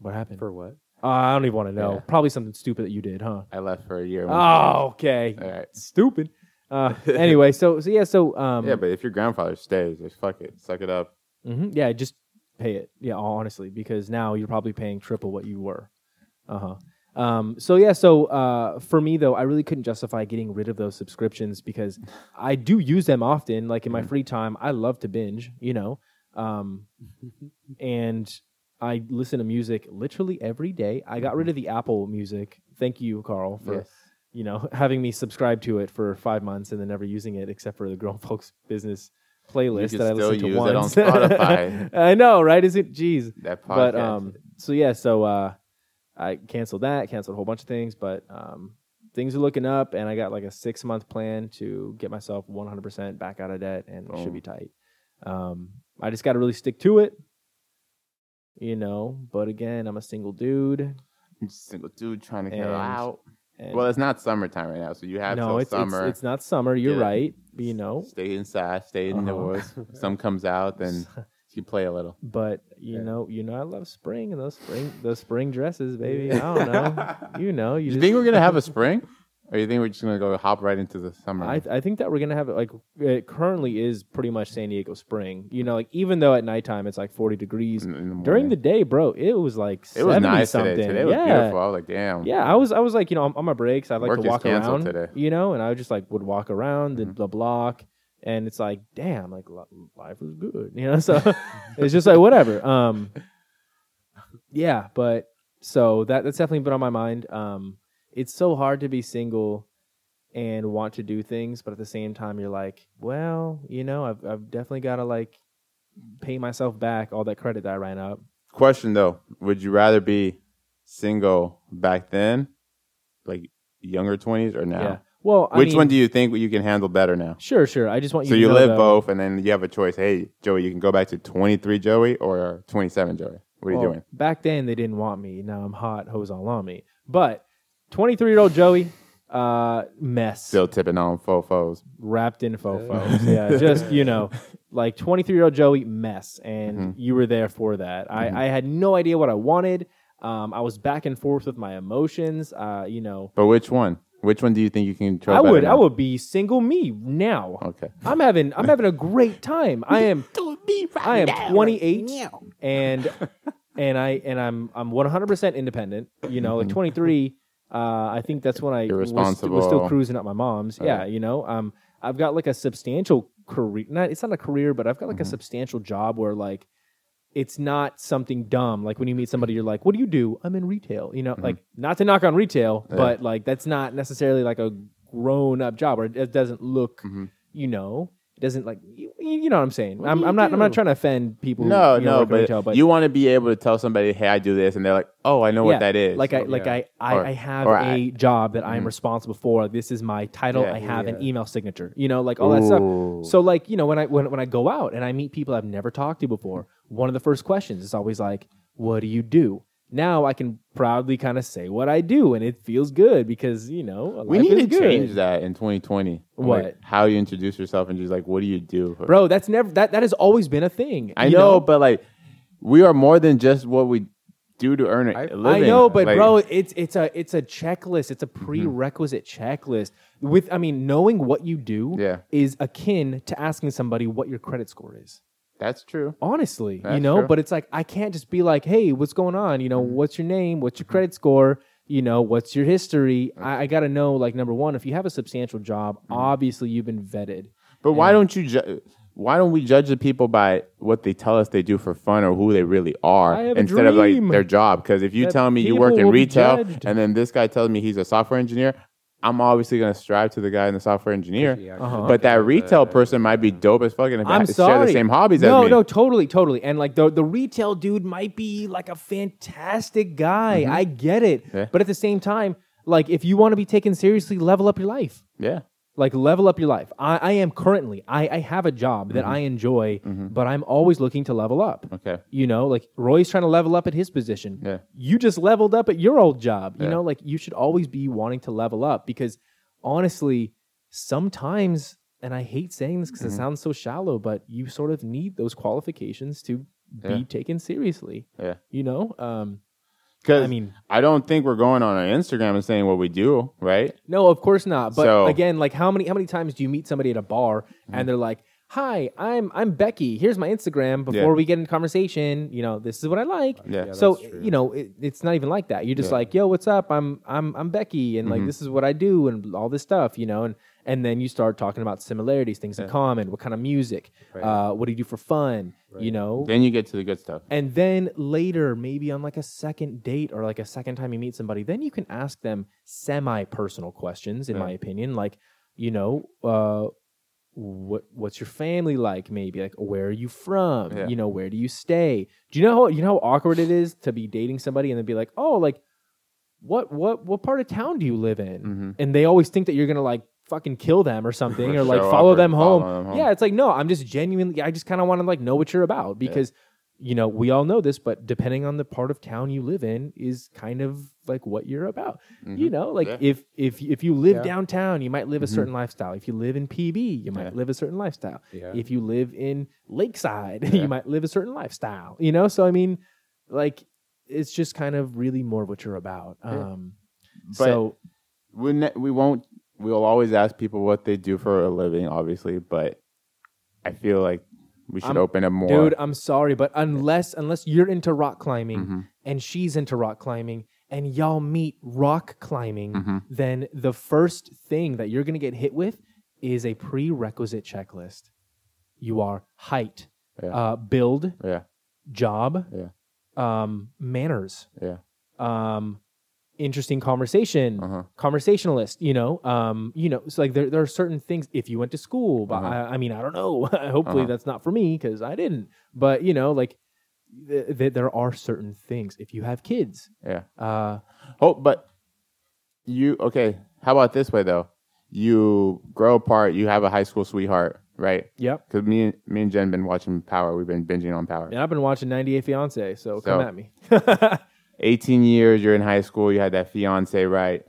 Speaker 2: What happened?
Speaker 3: For what?
Speaker 2: Uh, I don't even want to know.
Speaker 1: Yeah.
Speaker 2: Probably something stupid that you did, huh?
Speaker 1: I left for a year.
Speaker 2: Oh, okay.
Speaker 1: All right.
Speaker 2: Stupid.
Speaker 1: *laughs*
Speaker 2: Uh, anyway, so so yeah, so um,
Speaker 1: yeah, but if your grandfather stays, just fuck it, suck it up.
Speaker 2: mhm, yeah, just pay it. Yeah, hon- honestly, because now you're probably paying triple what you were. Uh huh. Um, so yeah, so uh, for me though, I really couldn't justify getting rid of those subscriptions because I do use them often. Like in
Speaker 1: Mm-hmm.
Speaker 2: my free time, I love to binge, you know,
Speaker 1: *laughs*
Speaker 2: um, and I listen to music literally every day. I got
Speaker 1: Mm-hmm.
Speaker 2: rid of the Apple Music. Thank you, Carl, for
Speaker 1: Yes.
Speaker 2: you know *laughs* having me subscribe to it for five months and then never using it except for the Grown *laughs* Folks Business playlist
Speaker 1: could
Speaker 2: that I
Speaker 1: still
Speaker 2: listen to
Speaker 1: use it on
Speaker 2: once. *laughs*
Speaker 1: Spotify.
Speaker 2: I know, right? Is it? Jeez
Speaker 1: That podcast.
Speaker 2: but um so yeah so uh i canceled that canceled a whole bunch of things but um things are looking up and i got like a six month plan to get myself 100% back out of debt and it should
Speaker 1: Boom.
Speaker 2: be tight um i just got to really stick to it you know but again i'm a single dude
Speaker 1: I'm *laughs* just a single dude trying to get
Speaker 2: and-
Speaker 1: out.
Speaker 2: and
Speaker 1: Well, it's not summertime right now, so you have
Speaker 2: no
Speaker 1: till
Speaker 2: it's, it's
Speaker 1: summer.
Speaker 2: it's not summer you're
Speaker 1: Get it.
Speaker 2: right you know
Speaker 1: Stay inside, stay
Speaker 2: Uh-huh.
Speaker 1: indoors.
Speaker 2: *laughs*
Speaker 1: Some comes out, then you play a little.
Speaker 2: but you
Speaker 3: Yeah.
Speaker 2: know you know i love spring and those spring those spring dresses baby i
Speaker 1: *laughs*
Speaker 2: don't know
Speaker 3: *laughs*
Speaker 2: you know you,
Speaker 1: You,
Speaker 2: just,
Speaker 1: think we're gonna have
Speaker 2: *laughs*
Speaker 1: a spring, or you think we're just gonna go hop right into the summer?
Speaker 2: I, I think that we're gonna have it like it currently is pretty much San Diego spring. You know, like even though at nighttime it's like forty degrees
Speaker 1: in- in
Speaker 2: during
Speaker 1: morning?
Speaker 2: the day, bro, it was like
Speaker 1: it was
Speaker 2: seventy
Speaker 1: nice
Speaker 2: something.
Speaker 1: today. Today was
Speaker 2: yeah.
Speaker 1: beautiful. I was like, damn.
Speaker 2: Yeah, I was I was like you know on, on my breaks I like
Speaker 1: Work
Speaker 2: to
Speaker 1: is
Speaker 2: walk around
Speaker 1: canceled today.
Speaker 2: you know, and I just like would walk around the,
Speaker 1: Mhm.
Speaker 2: the block, and it's like damn, like li- life was good, *laughs* you know. So it's just like whatever. Um, yeah, but so that that's definitely been on my mind. Um, it's so hard to be single and want to do things, but at the same time, you're like, well, you know, I've I've definitely got to like pay myself back all that credit that I ran up.
Speaker 1: Question though, would you rather be single back then, like younger twenties, or now?
Speaker 2: Yeah. Well, I
Speaker 1: Which
Speaker 2: mean,
Speaker 1: one do you think you can handle better now?
Speaker 2: Sure, sure. I just want you.
Speaker 1: So
Speaker 2: to
Speaker 1: you
Speaker 2: know,
Speaker 1: live
Speaker 2: though-
Speaker 1: both, and then you have a choice. Hey, Joey, you can go back to 23 Joey or 27 Joey. What are you
Speaker 2: Well,
Speaker 1: doing?
Speaker 2: Back then, they didn't want me. Now I'm hot, hoes all on me. But 23 year old Joey, uh, mess
Speaker 1: Still tipping on fofos.
Speaker 2: wrapped in fofos. yeah, just you know, like 23 year old Joey, mess. And
Speaker 1: Mhm.
Speaker 2: you were there for that.
Speaker 1: Mhm.
Speaker 2: I, I had no idea what I wanted. Um, I was back and forth with my emotions. Uh, you know,
Speaker 1: But which one? Which one do you think you can control?
Speaker 2: I
Speaker 1: better
Speaker 2: would I
Speaker 1: now?
Speaker 2: would be single me now.
Speaker 1: Okay.
Speaker 2: I'm having I'm having a great time. I am I am 28 and and I and I'm I'm 100% independent. You know, like 23. Uh, I think that's when I
Speaker 1: You're
Speaker 2: was, st- was still
Speaker 1: responsible.
Speaker 2: cruising at my mom's. Yeah,
Speaker 1: Right.
Speaker 2: you know, um, I've got like a substantial career. Not it's not a career, but I've got like a
Speaker 1: Mhm.
Speaker 2: substantial job where like it's not something dumb. Like when you meet somebody, you're like, "What do you do?" I'm in retail. You know,
Speaker 1: Mhm.
Speaker 2: like not to knock on retail,
Speaker 1: Yeah.
Speaker 2: but like that's not necessarily like a grown up job, or it- it doesn't look,
Speaker 1: Mhm.
Speaker 2: you know. It doesn't like you, you know what I'm saying.
Speaker 1: What do
Speaker 2: I'm,
Speaker 1: you
Speaker 2: I'm not I'm not
Speaker 1: do?
Speaker 2: trying to offend people. who,
Speaker 1: No,
Speaker 2: you know,
Speaker 1: no,
Speaker 2: work in
Speaker 1: but,
Speaker 2: retail,
Speaker 1: you want to be able to tell somebody, "Hey, I do this," and they're like, "Oh, I know
Speaker 2: Yeah,
Speaker 1: what that is."
Speaker 2: like I like
Speaker 3: Yeah. Mm-hmm.
Speaker 2: I I,
Speaker 1: Or-
Speaker 2: I have a
Speaker 1: or I-
Speaker 2: job that I'm
Speaker 1: Mhm.
Speaker 2: responsible for. This is my title.
Speaker 1: Yeah,
Speaker 2: I have an
Speaker 3: yeah.
Speaker 2: email signature. You know, like all that stuff.
Speaker 1: Ooh.
Speaker 2: So like you know when I when when I go out and I meet people I've never talked to before, one of the first questions is always like, "What do you do?" Now I can proudly kind of say what I do, and it feels good because you know
Speaker 1: we
Speaker 2: life
Speaker 1: need
Speaker 2: is
Speaker 1: to
Speaker 2: good.
Speaker 1: change that in 2020. Like,
Speaker 2: What?
Speaker 1: how you introduce yourself and just like, what do you do?
Speaker 2: bro. That's never that that has always been a thing.
Speaker 1: I
Speaker 2: you
Speaker 1: know, but like, we are more than just what we do to earn a
Speaker 3: I- I
Speaker 1: a
Speaker 2: I
Speaker 1: living.
Speaker 2: know, but
Speaker 1: Like, Mm-hmm.
Speaker 2: bro, it's it's a it's a checklist. It's a prerequisite checklist. With I mean, knowing what you do
Speaker 1: Yeah.
Speaker 2: is akin to asking somebody what your credit score is.
Speaker 1: that's true.
Speaker 2: Honestly, you
Speaker 1: That's
Speaker 2: know,
Speaker 1: true. Mm-hmm.
Speaker 2: but it's like I can't just be like, "Hey, what's going on? You know, what's your name? What's your credit score? You know, what's your history?" I, I got to know, like, number one, if you have a substantial job,
Speaker 1: Mm-hmm.
Speaker 2: obviously you've been vetted.
Speaker 1: But why
Speaker 2: Yeah.
Speaker 1: don't you? Ju- why don't we judge the people by what they tell us they do for fun or who they really are
Speaker 2: I have a
Speaker 1: instead of
Speaker 2: dream
Speaker 1: like their job? Because if you
Speaker 2: that
Speaker 1: tell me you
Speaker 2: people
Speaker 1: work in
Speaker 2: will be
Speaker 1: retail
Speaker 2: judged.
Speaker 1: and then this guy tells me he's a software engineer, I'm obviously going to strive to the guy in the software engineer.
Speaker 2: Uh-huh.
Speaker 1: But that retail person might be dope as fucking if
Speaker 2: I'm
Speaker 1: they
Speaker 2: sorry.
Speaker 1: share the same hobbies
Speaker 2: no,
Speaker 1: as me.
Speaker 2: No, totally, totally. And like the the retail dude might be like a fantastic guy. I get it.
Speaker 1: Mm-hmm. Yeah.
Speaker 2: But at the same time, like if you want to be taken seriously, level up your life.
Speaker 1: Yeah.
Speaker 2: Like level up your life. I, I am currently I, I have a job
Speaker 1: Mm-hmm.
Speaker 2: that I enjoy, but I'm always looking to level up.
Speaker 1: Okay.
Speaker 2: You know, like Roy's trying to level up at his position.
Speaker 1: Yeah.
Speaker 2: You just leveled up at your old job. You
Speaker 1: Yeah.
Speaker 2: know, like you should always be wanting to level up because honestly, sometimes, and I hate saying this because
Speaker 1: Mm-hmm.
Speaker 2: it sounds so shallow, but you sort of need those qualifications to
Speaker 1: Yeah.
Speaker 2: be taken seriously.
Speaker 1: Yeah.
Speaker 2: You know? Um,
Speaker 1: Because
Speaker 2: I
Speaker 1: I
Speaker 2: mean-
Speaker 1: mean, I don't think we're going on our Instagram and saying what we do, right?
Speaker 2: no, of course not. But
Speaker 1: So- Mm-hmm.
Speaker 2: again, like how many how many times do you meet somebody at a bar and they're like, "Hi, I'm I'm Becky. Here's my Instagram. Before we get in conversation, you know, this is what I like."
Speaker 1: Yeah.
Speaker 3: Yeah,
Speaker 2: so
Speaker 3: that's true.
Speaker 2: you know, it, it's not even like that. You're just
Speaker 1: Yeah.
Speaker 2: like, "Yo, what's up? I'm I'm I'm Becky, and like
Speaker 1: Mhm.
Speaker 2: this is what I do, and all this stuff," you know, and and then you start talking about similarities, things in
Speaker 1: Yeah.
Speaker 2: common, what kind of music,
Speaker 3: Right.
Speaker 2: uh, what do you do for fun, you
Speaker 3: Right.
Speaker 2: know.
Speaker 1: Then you get to the good stuff.
Speaker 2: and then later, maybe on like a second date or like a second time you meet somebody, then you can ask them semi-personal questions. In
Speaker 1: Yeah.
Speaker 2: my opinion, like you know, uh, what what's your family like? Maybe like where are you from?
Speaker 1: Yeah.
Speaker 2: You know, where do you stay? Do you know how you know how awkward it is to be dating somebody and then be like, oh, like what what what part of town do you live in?
Speaker 1: Mhm.
Speaker 2: And they always think that you're gonna like fucking kill them or
Speaker 1: *laughs*
Speaker 2: something or like
Speaker 1: Show up
Speaker 2: follow
Speaker 1: or
Speaker 2: them home.
Speaker 1: follow them home.
Speaker 2: Yeah, it's like no, I'm just genuinely. I just kind of want to like know what you're about because you know we all know this, but depending on the part of town you live in is kind of like what you're about. You
Speaker 1: Mhm.
Speaker 2: know, like
Speaker 1: Yeah.
Speaker 2: if if if you live
Speaker 3: Yeah.
Speaker 2: downtown, you might live a
Speaker 1: Mhm.
Speaker 2: certain lifestyle. If you live in PB, you might
Speaker 1: Yeah.
Speaker 2: live a certain lifestyle.
Speaker 3: Yeah.
Speaker 2: If you live in Lakeside, *laughs*
Speaker 1: Yeah.
Speaker 2: you might live a certain lifestyle. You know, so I mean, like it's just kind of really more what you're about.
Speaker 1: Yeah.
Speaker 2: Um,
Speaker 1: But-
Speaker 2: so
Speaker 1: we ne- we won't we'll always ask people what they do for a living obviously but i feel like we should
Speaker 2: I'm-
Speaker 1: open up more
Speaker 2: Dude, I'm sorry, but unless unless you're into rock climbing
Speaker 1: Mhm.
Speaker 2: and she's into rock climbing and y'all meet rock climbing,
Speaker 1: Mhm.
Speaker 2: then the first thing that you're gonna get hit with is a prerequisite checklist. You are height,
Speaker 1: Yeah.
Speaker 2: uh, build,
Speaker 1: yeah
Speaker 2: job,
Speaker 1: Yeah.
Speaker 2: um, manners,
Speaker 1: yeah
Speaker 2: um, interesting conversation,
Speaker 1: uh-huh
Speaker 2: conversationalist. You know, um, you know, it's like there there are certain things. If you went to school, but
Speaker 1: Uh-huh.
Speaker 2: I, I mean, I don't know. *laughs* Hopefully,
Speaker 1: Uh-huh.
Speaker 2: that's not for me because I didn't. But you know, like th- th- there are certain things. If you have kids,
Speaker 1: yeah
Speaker 2: uh,
Speaker 1: oh but you okay how about this way though you grow apart you have a high school sweetheart right
Speaker 2: yep.
Speaker 1: because me and me and jen been watching power we've been binging on power
Speaker 2: And I've been watching 98 Fiance,
Speaker 1: So-
Speaker 2: so, come at me.
Speaker 1: 18 years you're in high school you had that fiance right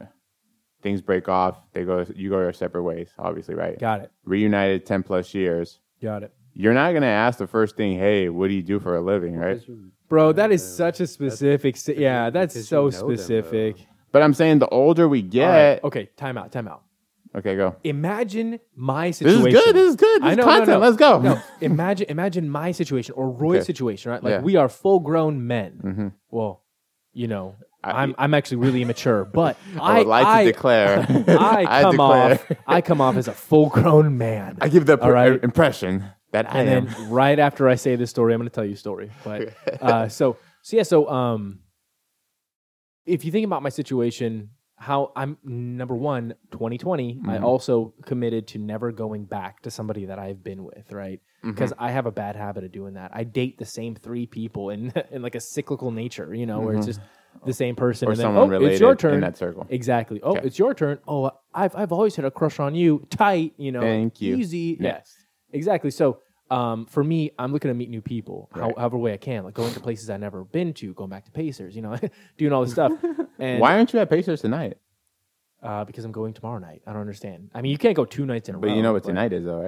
Speaker 1: things break off they go you go your separate ways obviously right
Speaker 2: Got it.
Speaker 1: reunited 10 plus years
Speaker 2: Got it.
Speaker 1: you're not gonna ask the first thing, "Hey, what do you do for a living?" Right?
Speaker 3: Because you-
Speaker 2: Bro, that is
Speaker 3: Yeah.
Speaker 2: such a specific. si- yeah, that's
Speaker 3: because you
Speaker 2: so
Speaker 3: know them, though.
Speaker 2: specific.
Speaker 1: But I'm saying the older we get,
Speaker 2: All right, Okay, time out, time out.
Speaker 1: okay, go.
Speaker 2: Imagine my
Speaker 1: This
Speaker 2: situation.
Speaker 1: is good. This is good. *laughs* This
Speaker 2: I
Speaker 1: is
Speaker 2: know, no,
Speaker 1: content.
Speaker 2: no.
Speaker 1: Let's go. *laughs*
Speaker 2: No, imagine imagine my situation or Roy's
Speaker 1: Okay.
Speaker 2: situation, right? Like
Speaker 1: Yeah.
Speaker 2: we are full grown men.
Speaker 1: Mhm.
Speaker 2: Well, you know, I,
Speaker 1: I-
Speaker 2: am I'm actually really immature, but I,
Speaker 1: *laughs* I would like
Speaker 2: I,
Speaker 1: to declare. *laughs*
Speaker 2: *laughs* I come off
Speaker 1: declare-
Speaker 2: I come off as a full grown man.
Speaker 1: I give the
Speaker 2: All right.
Speaker 1: *laughs* impression that I am.
Speaker 2: and
Speaker 1: *laughs*
Speaker 2: then right after I say this story, I'm going to tell you a story. But uh, so so yeah, so um, if you think about my situation, how I'm number one, 2020. I
Speaker 1: Mhm.
Speaker 2: also committed to never going back to somebody that I've been with, right?
Speaker 1: Mm-hmm.
Speaker 2: Because I have a bad habit of doing that. I date the same three people in *laughs* in like a cyclical nature, you know, where it's just the same person
Speaker 1: Mm-hmm. or
Speaker 2: and then,
Speaker 1: someone
Speaker 2: "Oh,
Speaker 1: related
Speaker 2: it's your turn.
Speaker 1: in that circle.
Speaker 2: Exactly. Oh,
Speaker 1: Okay.
Speaker 2: it's your turn. Oh, I've I've always had a crush on you. Tight, you know.
Speaker 1: Thank you.
Speaker 2: Easy. Yes.
Speaker 1: Next.
Speaker 2: Exactly. So, um, for me, I'm looking to meet new people, how-
Speaker 1: Right.
Speaker 2: however way I can, like going to places I've never been to, going back to Pacers, you know, *laughs* doing all
Speaker 1: *laughs*
Speaker 2: this stuff. And,
Speaker 1: Why aren't you at Pacers tonight?
Speaker 2: Uh, because I'm going tomorrow night. I don't understand. I mean, you can't go two nights in a row.
Speaker 1: But you know what tonight is, though,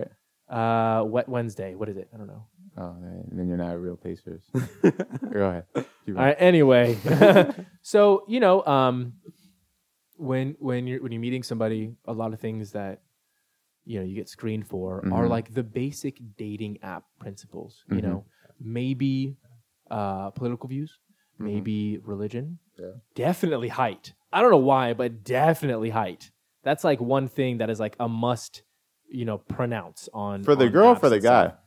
Speaker 1: right?
Speaker 2: Uh, Wet Wednesday. What is it? I don't know.
Speaker 1: Oh, man, then you're not a real
Speaker 2: *laughs*
Speaker 1: Pacers. go ahead. Keep
Speaker 2: All right. Anyway,
Speaker 1: *laughs*
Speaker 2: *laughs* so you know, um, when when you're when you're meeting somebody, a lot of things that you know you get screened for are
Speaker 1: Mhm.
Speaker 2: like the basic dating app principles. You
Speaker 1: Mhm.
Speaker 2: know, maybe uh, political views, maybe religion,
Speaker 1: Mm-hmm. Yeah.
Speaker 2: definitely height. I don't know why, but definitely height. That's like one thing that is like a must. You know, pronounce on
Speaker 1: For the
Speaker 2: on
Speaker 1: girl or
Speaker 2: apps
Speaker 1: for the
Speaker 2: and stuff.
Speaker 1: guy?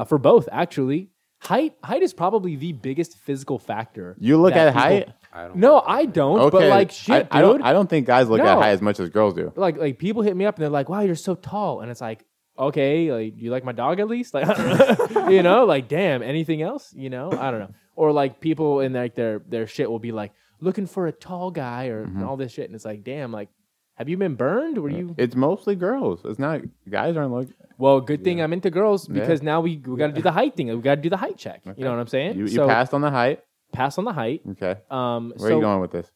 Speaker 2: Uh, for both, actually, height height is probably the biggest physical factor.
Speaker 1: You look
Speaker 2: that
Speaker 1: at height?
Speaker 3: I don't
Speaker 2: No,
Speaker 3: like that.
Speaker 2: I don't.
Speaker 1: Okay.
Speaker 2: But like
Speaker 1: I-
Speaker 2: shit, dude.
Speaker 1: I, don't. I don't think guys look at
Speaker 2: No.
Speaker 1: height as much as girls do.
Speaker 2: like like people hit me up and they're like, "Wow, you're so tall," and it's like, "Okay, like you like my dog at least?" *laughs* Like, I don't know. you know, like damn, anything else? You know, I don't know. Or like people in like their their shit will be like looking for a tall guy or
Speaker 1: Mhm.
Speaker 2: all this shit, and it's like, damn, like. Have you been burned? Were you
Speaker 1: It's mostly girls. It's not guys aren't look.
Speaker 2: well? Good thing
Speaker 3: Yeah.
Speaker 2: I'm into girls
Speaker 1: Yeah.
Speaker 2: because now we, we got to do the height thing. We got to do the height check. You
Speaker 1: Okay.
Speaker 2: know what I'm saying?
Speaker 1: You, you
Speaker 2: so
Speaker 1: passed on the height.
Speaker 2: pass on the height.
Speaker 1: Okay.
Speaker 2: Um,
Speaker 1: Where
Speaker 2: so
Speaker 1: are you going with this?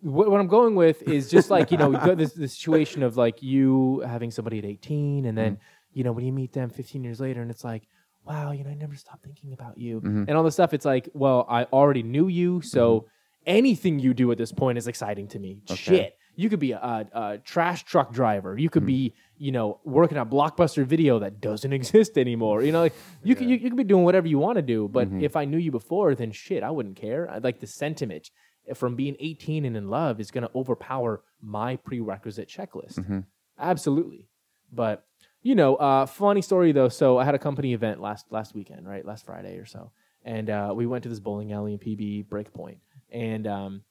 Speaker 2: what, what I'm going with is just like you know the, the, the situation of like you having somebody at 18, and then
Speaker 1: Mm-hmm.
Speaker 2: you know when you meet them 15 years later, and it's like, wow, you know, I never stopped thinking about you,
Speaker 1: Mhm.
Speaker 2: and all this stuff. It's like, well, I already knew you,
Speaker 1: Mm-hmm.
Speaker 2: so anything you do at this point is exciting to me. Shit, you could be a, a, a trash truck driver, you could be
Speaker 1: Mm-hmm.
Speaker 2: you know, working on Blockbuster Video that doesn't *laughs* exist anymore. You know, like you can
Speaker 3: Yeah.
Speaker 2: you, you can be doing whatever you want to do, but
Speaker 1: Mhm.
Speaker 2: if I knew you before, then shit, I wouldn't care. I, like the sentiment from being 18 and in love is going to overpower my prerequisite checklist.
Speaker 1: Mhm.
Speaker 2: Absolutely, but you know, uh, funny story though. So I had a company event last last weekend, right, last Friday or so, and uh, we went to this bowling alley in PB Breakpoint, and um,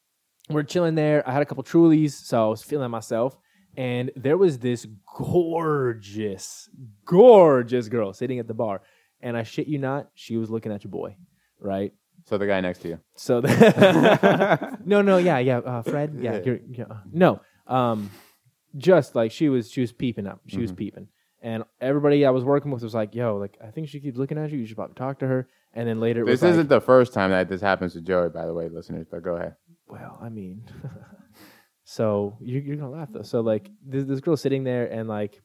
Speaker 2: we're chilling there. I had a couple Trulies, so I was feeling myself. And there was this gorgeous, gorgeous girl sitting at the bar. And I shit you not, she was looking at your boy, right?
Speaker 1: So the guy next to you.
Speaker 2: So, *laughs* the no, no, yeah, yeah, uh, Fred, yeah,
Speaker 1: Yeah.
Speaker 2: You're, yeah, uh, no, um, just like she was, she was peeping up, she
Speaker 1: Mm-hmm.
Speaker 2: was peeping, and everybody I was working with was like, "Yo, like I think she keeps looking at you. You should probably talk to her." And then later, it
Speaker 1: This
Speaker 2: was like,
Speaker 1: isn't the first time that this happens to Joey, by the way, listeners. But go ahead.
Speaker 2: well, I mean, *laughs* so you're, you're gonna laugh though. So like this this girl's sitting there and like,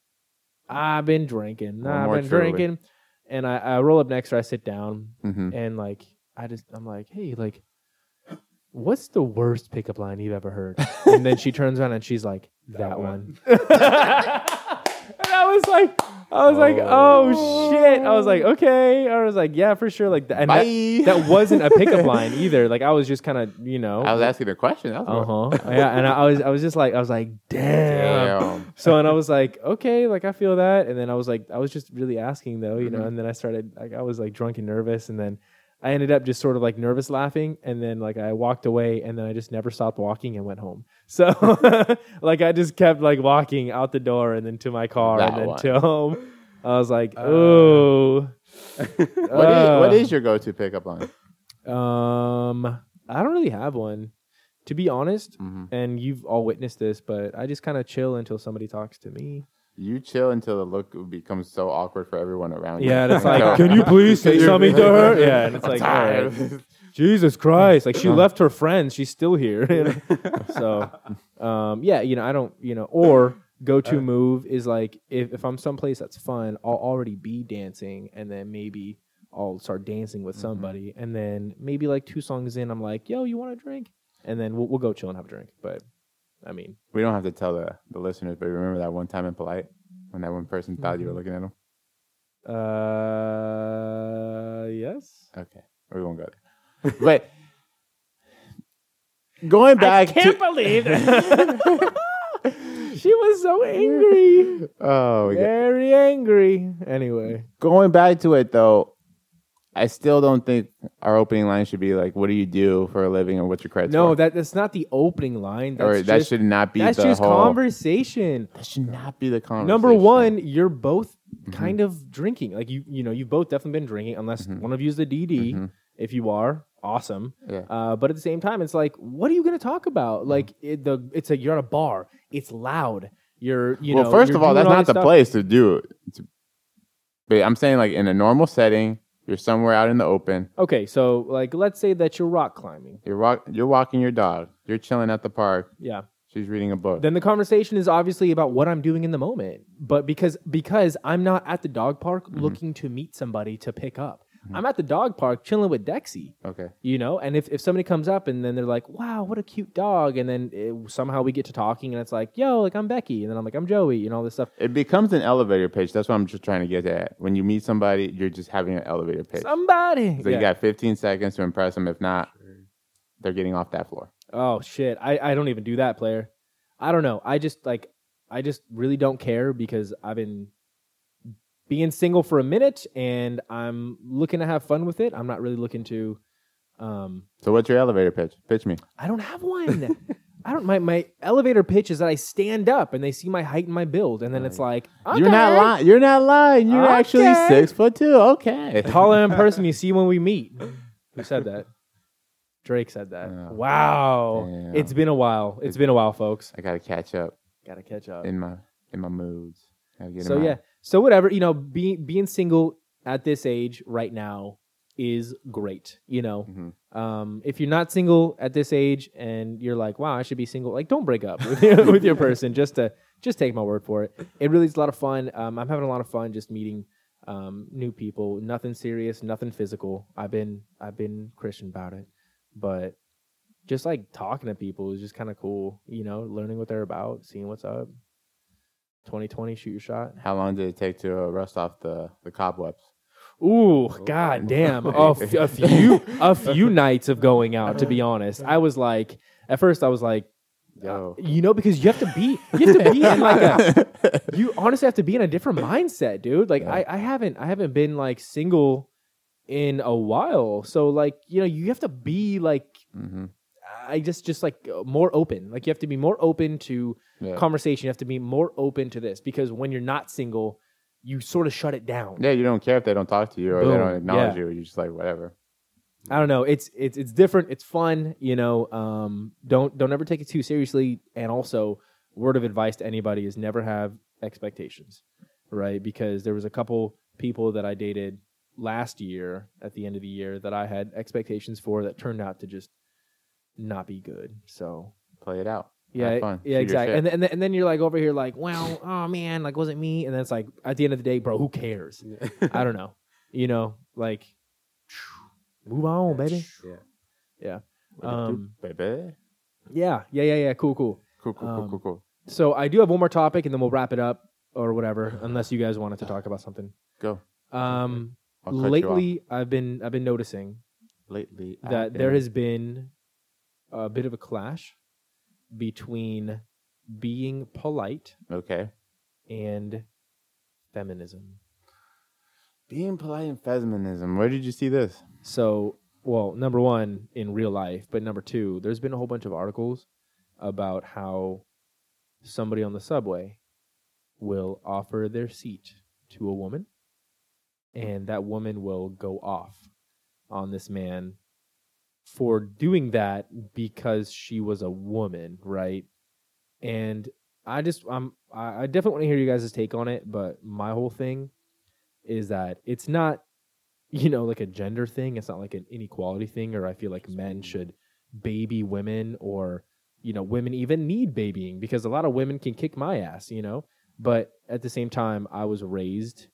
Speaker 2: I've been drinking,
Speaker 1: One
Speaker 2: I've
Speaker 1: more
Speaker 2: been
Speaker 1: truly.
Speaker 2: drinking, and I, I roll up next to her, I sit down,
Speaker 1: Mm-hmm.
Speaker 2: and like I just I'm like, hey, like, what's the worst pickup line you've ever heard? and then she turns around and she's
Speaker 1: *laughs*
Speaker 2: like, that,
Speaker 3: That
Speaker 2: one. *laughs* and I was like, I was like, oh
Speaker 3: Oh.
Speaker 2: shit. I was like, okay. I was like, yeah, for sure. Like, th- and that,
Speaker 1: Bye.
Speaker 2: that wasn't a pickup line either. Like I was just kind of you
Speaker 1: *laughs*
Speaker 2: know.
Speaker 1: I was asking a question. That
Speaker 2: Uh
Speaker 1: was *laughs*
Speaker 2: huh. Yeah, and I, I was, I was just like, I was like, damn.
Speaker 1: Damn. *laughs*
Speaker 2: So and I was like, okay, like I feel that, and then I was like, I was just really asking though, you know,
Speaker 1: Mhm.
Speaker 2: and then I started, like, I was like drunk and nervous, and then I ended up just sort of like nervous laughing, and then like I walked away, and then I just never stopped walking and went home. *laughs* So like I just kept like walking out the door and then to my car
Speaker 1: That
Speaker 2: and then
Speaker 1: one.
Speaker 2: to home. I was like,
Speaker 3: Uh.
Speaker 2: oh,
Speaker 3: *laughs*
Speaker 1: What is-
Speaker 2: Uh.
Speaker 1: what is your go-to pickup line?
Speaker 2: um, I don't really have one, to be honest.
Speaker 1: Mm-hmm.
Speaker 2: And you've all witnessed this, but I just kind of chill until somebody talks to me.
Speaker 1: You chill until the look becomes so awkward for everyone around you.
Speaker 2: Yeah,
Speaker 1: *laughs*
Speaker 2: and it's
Speaker 1: So-
Speaker 2: like, can you please say
Speaker 1: You're-
Speaker 2: something to
Speaker 1: *laughs*
Speaker 2: her? Yeah, and it's
Speaker 1: I'm
Speaker 2: like, all
Speaker 1: tired.
Speaker 2: right. Jesus Christ, like she
Speaker 1: Uh.
Speaker 2: left her friends, she's still here. *laughs* so, um, yeah, you know, I don't, you know, or go to
Speaker 3: Uh.
Speaker 2: move is like if, if I'm someplace that's fun, I'll already be dancing, and then maybe I'll start dancing with
Speaker 1: Mhm.
Speaker 2: somebody, and then maybe like two songs in, I'm like, yo, you want a drink? And then we'll, we'll go chill and have a drink. But I mean,
Speaker 1: we don't have to tell the, the listeners, but remember that one time in Polite when that one person thought
Speaker 2: Mm-hmm.
Speaker 1: you were looking at him?
Speaker 2: uh, yes. *laughs*
Speaker 1: Okay. We won't go there. But going back to,
Speaker 2: believe she was so angry.
Speaker 1: Oh, my God.
Speaker 2: Very angry. Anyway.
Speaker 1: going back to it though, I still don't think our opening line should be like, "What do you do for a living?" or "What's your credit?"
Speaker 2: No,
Speaker 1: score?"
Speaker 2: that, that's not the opening line. That's
Speaker 1: or
Speaker 2: just,
Speaker 1: that should not be
Speaker 2: that's
Speaker 1: the
Speaker 2: just
Speaker 1: whole.
Speaker 2: conversation.
Speaker 1: that should not be the conversation. Mm-hmm.
Speaker 2: Number one, you're both kind of drinking. Like you, you know, you've both definitely been drinking, unless
Speaker 1: Mhm.
Speaker 2: one of you is the DD.
Speaker 1: Mhm.
Speaker 2: If you are, awesome.
Speaker 1: Yeah.
Speaker 2: Uh, but at the same time, it's like, what are you going to talk
Speaker 1: Mm-hmm.
Speaker 2: about? Like it, the, it's like you're at a bar. It's loud. You're, you
Speaker 1: well,
Speaker 2: know.
Speaker 1: first
Speaker 2: you're
Speaker 1: of all,
Speaker 2: doing
Speaker 1: that's not
Speaker 2: this
Speaker 1: the
Speaker 2: stuff.
Speaker 1: place to do it. It's- But I'm saying, like, in a normal setting, you're somewhere out in the open.
Speaker 2: Okay, so like, let's say that you're rock climbing.
Speaker 1: You're walk, you're walking your dog. You're chilling at the park.
Speaker 2: Yeah.
Speaker 1: She's reading a book.
Speaker 2: Then the conversation is obviously about what I'm doing in the moment, but because because I'm not at the dog park
Speaker 1: Mm-hmm.
Speaker 2: looking to meet somebody to pick up. I'm at the dog park chilling with Dexy,
Speaker 1: okay.
Speaker 2: you know. And if if somebody comes up and then they're like, "Wow, what a cute dog," and then it, somehow we get to talking and it's like, "Yo, like I'm Becky," and then I'm like, "I'm Joey," and all this stuff.
Speaker 1: It becomes an elevator pitch. That's what I'm just trying to get at. When you meet somebody, you're just having an elevator pitch.
Speaker 2: Somebody.
Speaker 1: so
Speaker 2: Yeah.
Speaker 1: you got 15 seconds to impress them. If not, they're getting off that floor.
Speaker 2: Oh shit. I, I don't even do that player. I don't know. I just like I just really don't care because I've been being single for a minute and I'm looking to have fun with it. I'm not really looking to um
Speaker 1: So what's your elevator pitch? Pitch me.
Speaker 2: I don't
Speaker 1: *laughs*
Speaker 2: have one. I don't my, my elevator pitch is that I stand up and they see my height and my build and then it's like
Speaker 1: You're not
Speaker 2: okay. *laughs*
Speaker 1: lying. You're not lying. You're actually
Speaker 2: Okay.
Speaker 1: six foot two. Okay. *laughs*
Speaker 2: taller in person you see when we meet. Who said that? Drake said that.
Speaker 1: Yeah.
Speaker 2: Wow.
Speaker 1: Damn.
Speaker 2: It's been a while. it's been a while, folks.
Speaker 1: I gotta catch up
Speaker 2: Gotta catch up.
Speaker 1: in my in my moods. Gotta get in
Speaker 2: so
Speaker 1: my-
Speaker 2: yeah so whatever you know being being single at this age right now is great you know
Speaker 1: Mhm.
Speaker 2: um, if you're not single at this age and you're like wow i should be single like don't break up with, *laughs* your- with your person just to just take my word for it it really is a lot of fun um, i'm having a lot of fun just meeting um, new people nothing serious nothing physical i've been i've been christian about it but just like talking to people is just kind of cool you know learning what they're about seeing what's up 2020, shoot your shot.
Speaker 1: How long did it take to uh, rust off the, the cobwebs?
Speaker 2: Ooh, god damn. A, f- a few a few nights of going out, to be honest. I was like at first I was like,
Speaker 1: Yo.
Speaker 2: you know, because you have to be you have to
Speaker 1: *laughs*
Speaker 2: be in Uh, like a you honestly have to be in a different mindset, dude. Like
Speaker 1: Yeah.
Speaker 2: I, I haven't I haven't been like single in a while. So like, you know, you have to be like
Speaker 1: hmm
Speaker 2: I just just like uh, more open. Like you have to be more open to
Speaker 1: Yeah.
Speaker 2: conversation. You have to be more open to this because when you're not single, you sort of shut it down.
Speaker 1: yeah, you don't care if they don't talk to you or they
Speaker 2: Boom.
Speaker 1: don't acknowledge
Speaker 2: Yeah.
Speaker 1: you. You're just like, whatever.
Speaker 2: I don't know. It's it's it's different. It's fun. You know, um, don't don't ever take it too seriously. And also, word of advice to anybody is never have expectations, right? Because there was a couple people that I dated last year at the end of the year that I had expectations for that turned out to just not be good. So
Speaker 1: Play it out.
Speaker 2: yeah,
Speaker 1: Have fun. Shoot
Speaker 2: yeah,
Speaker 1: your
Speaker 2: exactly.
Speaker 1: shot.
Speaker 2: And then, and then and then you're like over here like, well, oh man, like wasn't me. And then it's like at the end of the day, bro,
Speaker 1: *laughs*
Speaker 2: who cares? I don't know. You know, like move *laughs* on, baby.
Speaker 3: Yeah.
Speaker 1: What it do,
Speaker 2: um,
Speaker 1: baby.
Speaker 2: Yeah, yeah, yeah, yeah. Cool, cool.
Speaker 1: Cool, cool, cool,
Speaker 2: um,
Speaker 1: cool, cool.
Speaker 2: So I do have one more topic, and then we'll wrap it up or whatever, unless you guys wanted to talk about something.
Speaker 1: Go.
Speaker 2: Um,
Speaker 1: I'll cut you off.
Speaker 2: lately, I've been I've been noticing
Speaker 1: lately, I've
Speaker 2: that there
Speaker 1: been-
Speaker 2: has been a bit of a clash between being polite
Speaker 1: okay.
Speaker 2: and feminism.
Speaker 1: Being polite and feminism. Where did you see this?
Speaker 2: So, well, number one in real life, but number two, there's been a whole bunch of articles about how somebody on the subway will offer their seat to a woman, and that woman will go off on this man for doing that because she was a woman, right? And I just I'm I I definitely want to hear you guys' take on it, but my whole thing is that it's not you know like a gender thing, it's not like an inequality thing or I feel like men should baby women or you know women even need babying because a lot of women can kick my ass, you know? But at the same time I was raised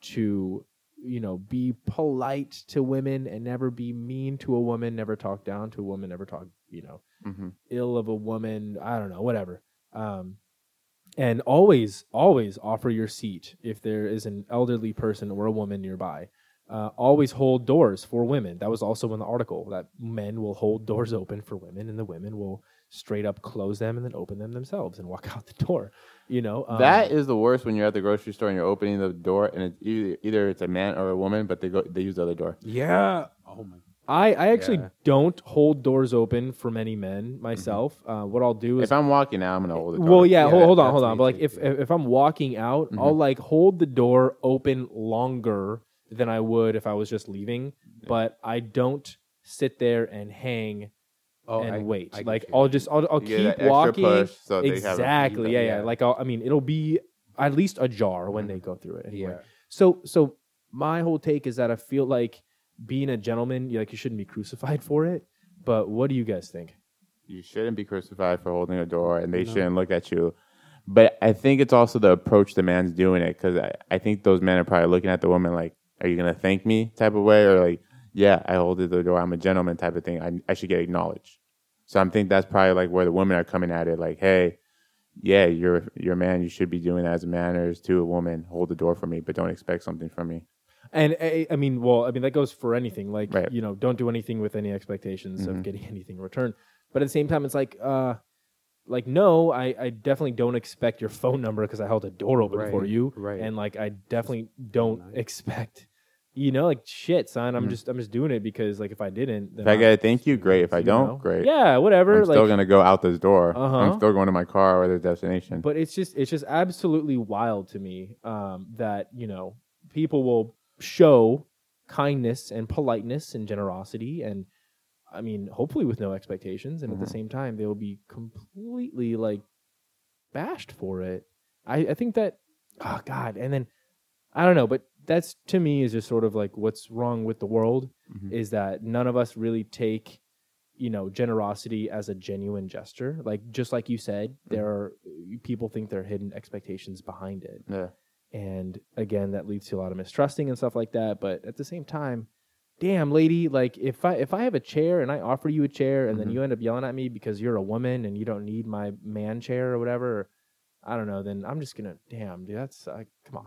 Speaker 2: to you know be polite to women and never be mean to a woman, never talk down to a woman, never talk, you know,
Speaker 1: Mm-hmm.
Speaker 2: ill of a woman, I don't know, whatever. Um, and always, always offer your seat if there is an elderly person or a woman nearby. Uh, always hold doors for women. That was also in the article that men will hold doors open for women, and the women will straight up close them and then open them themselves and walk *laughs* out the door. You know um,
Speaker 1: that is the worst when you're at the grocery store and you're opening the door and it's either, either it's a man or a woman, but they go they use the other door.
Speaker 3: Yeah. Oh my.
Speaker 2: I, I actually
Speaker 3: Yeah.
Speaker 2: don't hold doors open for many men myself. Uh, what I'll do is
Speaker 1: Mm-hmm. If I'm walking now, I'm gonna hold the door.
Speaker 2: Well, yeah,
Speaker 3: Yeah,
Speaker 2: hold, hold on,
Speaker 3: that's
Speaker 2: hold
Speaker 3: me
Speaker 2: on. But like,
Speaker 3: too,
Speaker 2: if
Speaker 3: yeah.
Speaker 2: if if I'm walking out,
Speaker 1: Mm-hmm.
Speaker 2: I'll like hold the door open longer than I would if I was just leaving. But I don't sit there and hang
Speaker 3: Oh,
Speaker 2: and
Speaker 3: I-
Speaker 2: wait.
Speaker 3: I can
Speaker 2: like,
Speaker 3: feel
Speaker 2: I'll
Speaker 3: it.
Speaker 2: just I'll, I'll
Speaker 1: You get that
Speaker 2: keep
Speaker 1: extra
Speaker 2: walking.
Speaker 1: push, so they have a
Speaker 2: exactly.
Speaker 1: feedback,
Speaker 2: yeah, yeah,
Speaker 3: yeah.
Speaker 2: Like, I'll, I mean, it'll be at least a jar when
Speaker 1: Mm-hmm.
Speaker 2: they go through it. Anyway.
Speaker 3: Yeah.
Speaker 2: So so my whole take is that I feel like being a gentleman, you- like you shouldn't be *laughs* crucified for it. But what do you guys think?
Speaker 1: You shouldn't be crucified for holding a door, and they
Speaker 3: No.
Speaker 1: shouldn't look at you. But I think it's also the approach the man's doing it because I, I think those men are probably looking at the woman like, "Are you gonna thank me?" type of way, or like, "Yeah, I hold the door. I'm a gentleman." type of thing. I, I should get acknowledged. So I'm think that's probably like where the women are coming at it, like, "Hey, yeah, you're you're a man. You should be doing that as manners to a woman. Hold the door for me, but don't expect something from me."
Speaker 2: And eh, I, I mean, well, I mean that goes for anything. Like
Speaker 1: Right.
Speaker 2: you know, don't do anything with any expectations of
Speaker 1: Mhm.
Speaker 2: getting *laughs* anything in return. But at the same time, it's like, uh, like no, I, I definitely don't expect your phone number because I held a door open
Speaker 3: Right,
Speaker 2: for you,
Speaker 3: right.
Speaker 2: and like I definitely don't
Speaker 3: nice.
Speaker 2: expect, you know, like shit, son. I'm
Speaker 1: Mhm.
Speaker 2: just I'm just doing it because like if I didn't, then
Speaker 1: If I
Speaker 2: I'm-
Speaker 1: get a thank you, great. If I
Speaker 2: you know?
Speaker 1: don't, great.
Speaker 2: Yeah, whatever.
Speaker 1: I'm
Speaker 2: like,
Speaker 1: still gonna go out this door.
Speaker 2: Uh-huh.
Speaker 1: I'm still going to my car or the destination.
Speaker 2: But it's just it's just absolutely wild to me um, that you know people will show kindness and politeness and generosity and I mean hopefully with no expectations and at
Speaker 1: Mhm.
Speaker 2: the same time they will be completely like bashed for it. I, I think that oh god and then I don't know but that's to me is just sort of like what's wrong with the world
Speaker 1: Mhm.
Speaker 2: is that none of us really take you know generosity as a genuine gesture like just like you said there are people think there are hidden expectations behind it
Speaker 1: yeah.
Speaker 2: and again that leads to a lot of mistrusting and stuff like that but at the same time damn lady like if i if i have a chair and i offer you a chair and then
Speaker 1: Mhm.
Speaker 2: you end up yelling at me because you're a woman and you don't need my man chair or whatever I don't know, then I'm just gonna damn dude. That's uh, come on.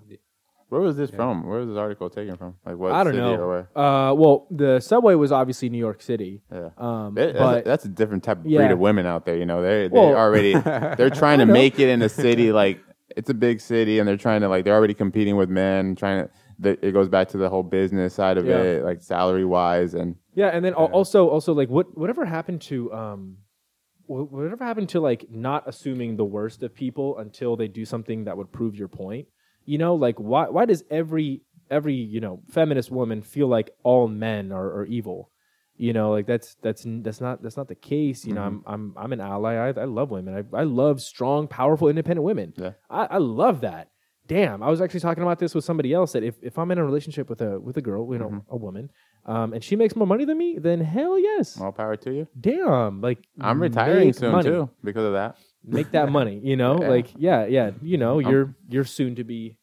Speaker 1: Where was this
Speaker 3: Yeah.
Speaker 1: from? Where was this article taken from? Like what
Speaker 2: I don't
Speaker 1: city
Speaker 2: know.
Speaker 1: or where?
Speaker 2: Uh, well, the subway was obviously New York City.
Speaker 1: Yeah.
Speaker 2: Um,
Speaker 1: That- that's,
Speaker 2: but
Speaker 1: a, that's a different type of
Speaker 2: Yeah.
Speaker 1: breed of women out there. You know, they they
Speaker 2: Well-
Speaker 1: already
Speaker 2: *laughs*
Speaker 3: *laughs*
Speaker 1: they're trying
Speaker 2: I
Speaker 1: to
Speaker 2: know.
Speaker 1: make it in a city like it's a big city, and they're trying to like they're already competing with men. Trying to the, it goes back to the whole business side of
Speaker 2: Yeah.
Speaker 1: it, like salary wise, and
Speaker 2: Yeah, and then al-
Speaker 3: Yeah.
Speaker 2: also also like what whatever happened to um wh- whatever happened to like not assuming the worst of people until they do something that would prove your point. You know, like why why does every every, you know, feminist woman feel like all men are, are evil? You know, like that's that's n- that's not that's not the case. You know, I'm
Speaker 1: Mm-hmm.
Speaker 2: I'm I'm an ally. I, I love women. I, I love strong, powerful, independent women.
Speaker 1: Yeah.
Speaker 2: I, I love that. Damn, I was actually talking about this with somebody else that if, if I'm in a relationship with a with a girl, you know,
Speaker 1: Mhm.
Speaker 2: a woman, um, and she makes more money than me, then hell yes.
Speaker 1: all power to you.
Speaker 2: Damn, like
Speaker 1: I'm retiring
Speaker 2: make
Speaker 1: soon
Speaker 2: money.
Speaker 1: too because of that. *laughs*
Speaker 2: Make that money, you know,
Speaker 1: Yeah. Um,
Speaker 2: like yeah, yeah, you know,
Speaker 1: I'm-
Speaker 2: your your soon to be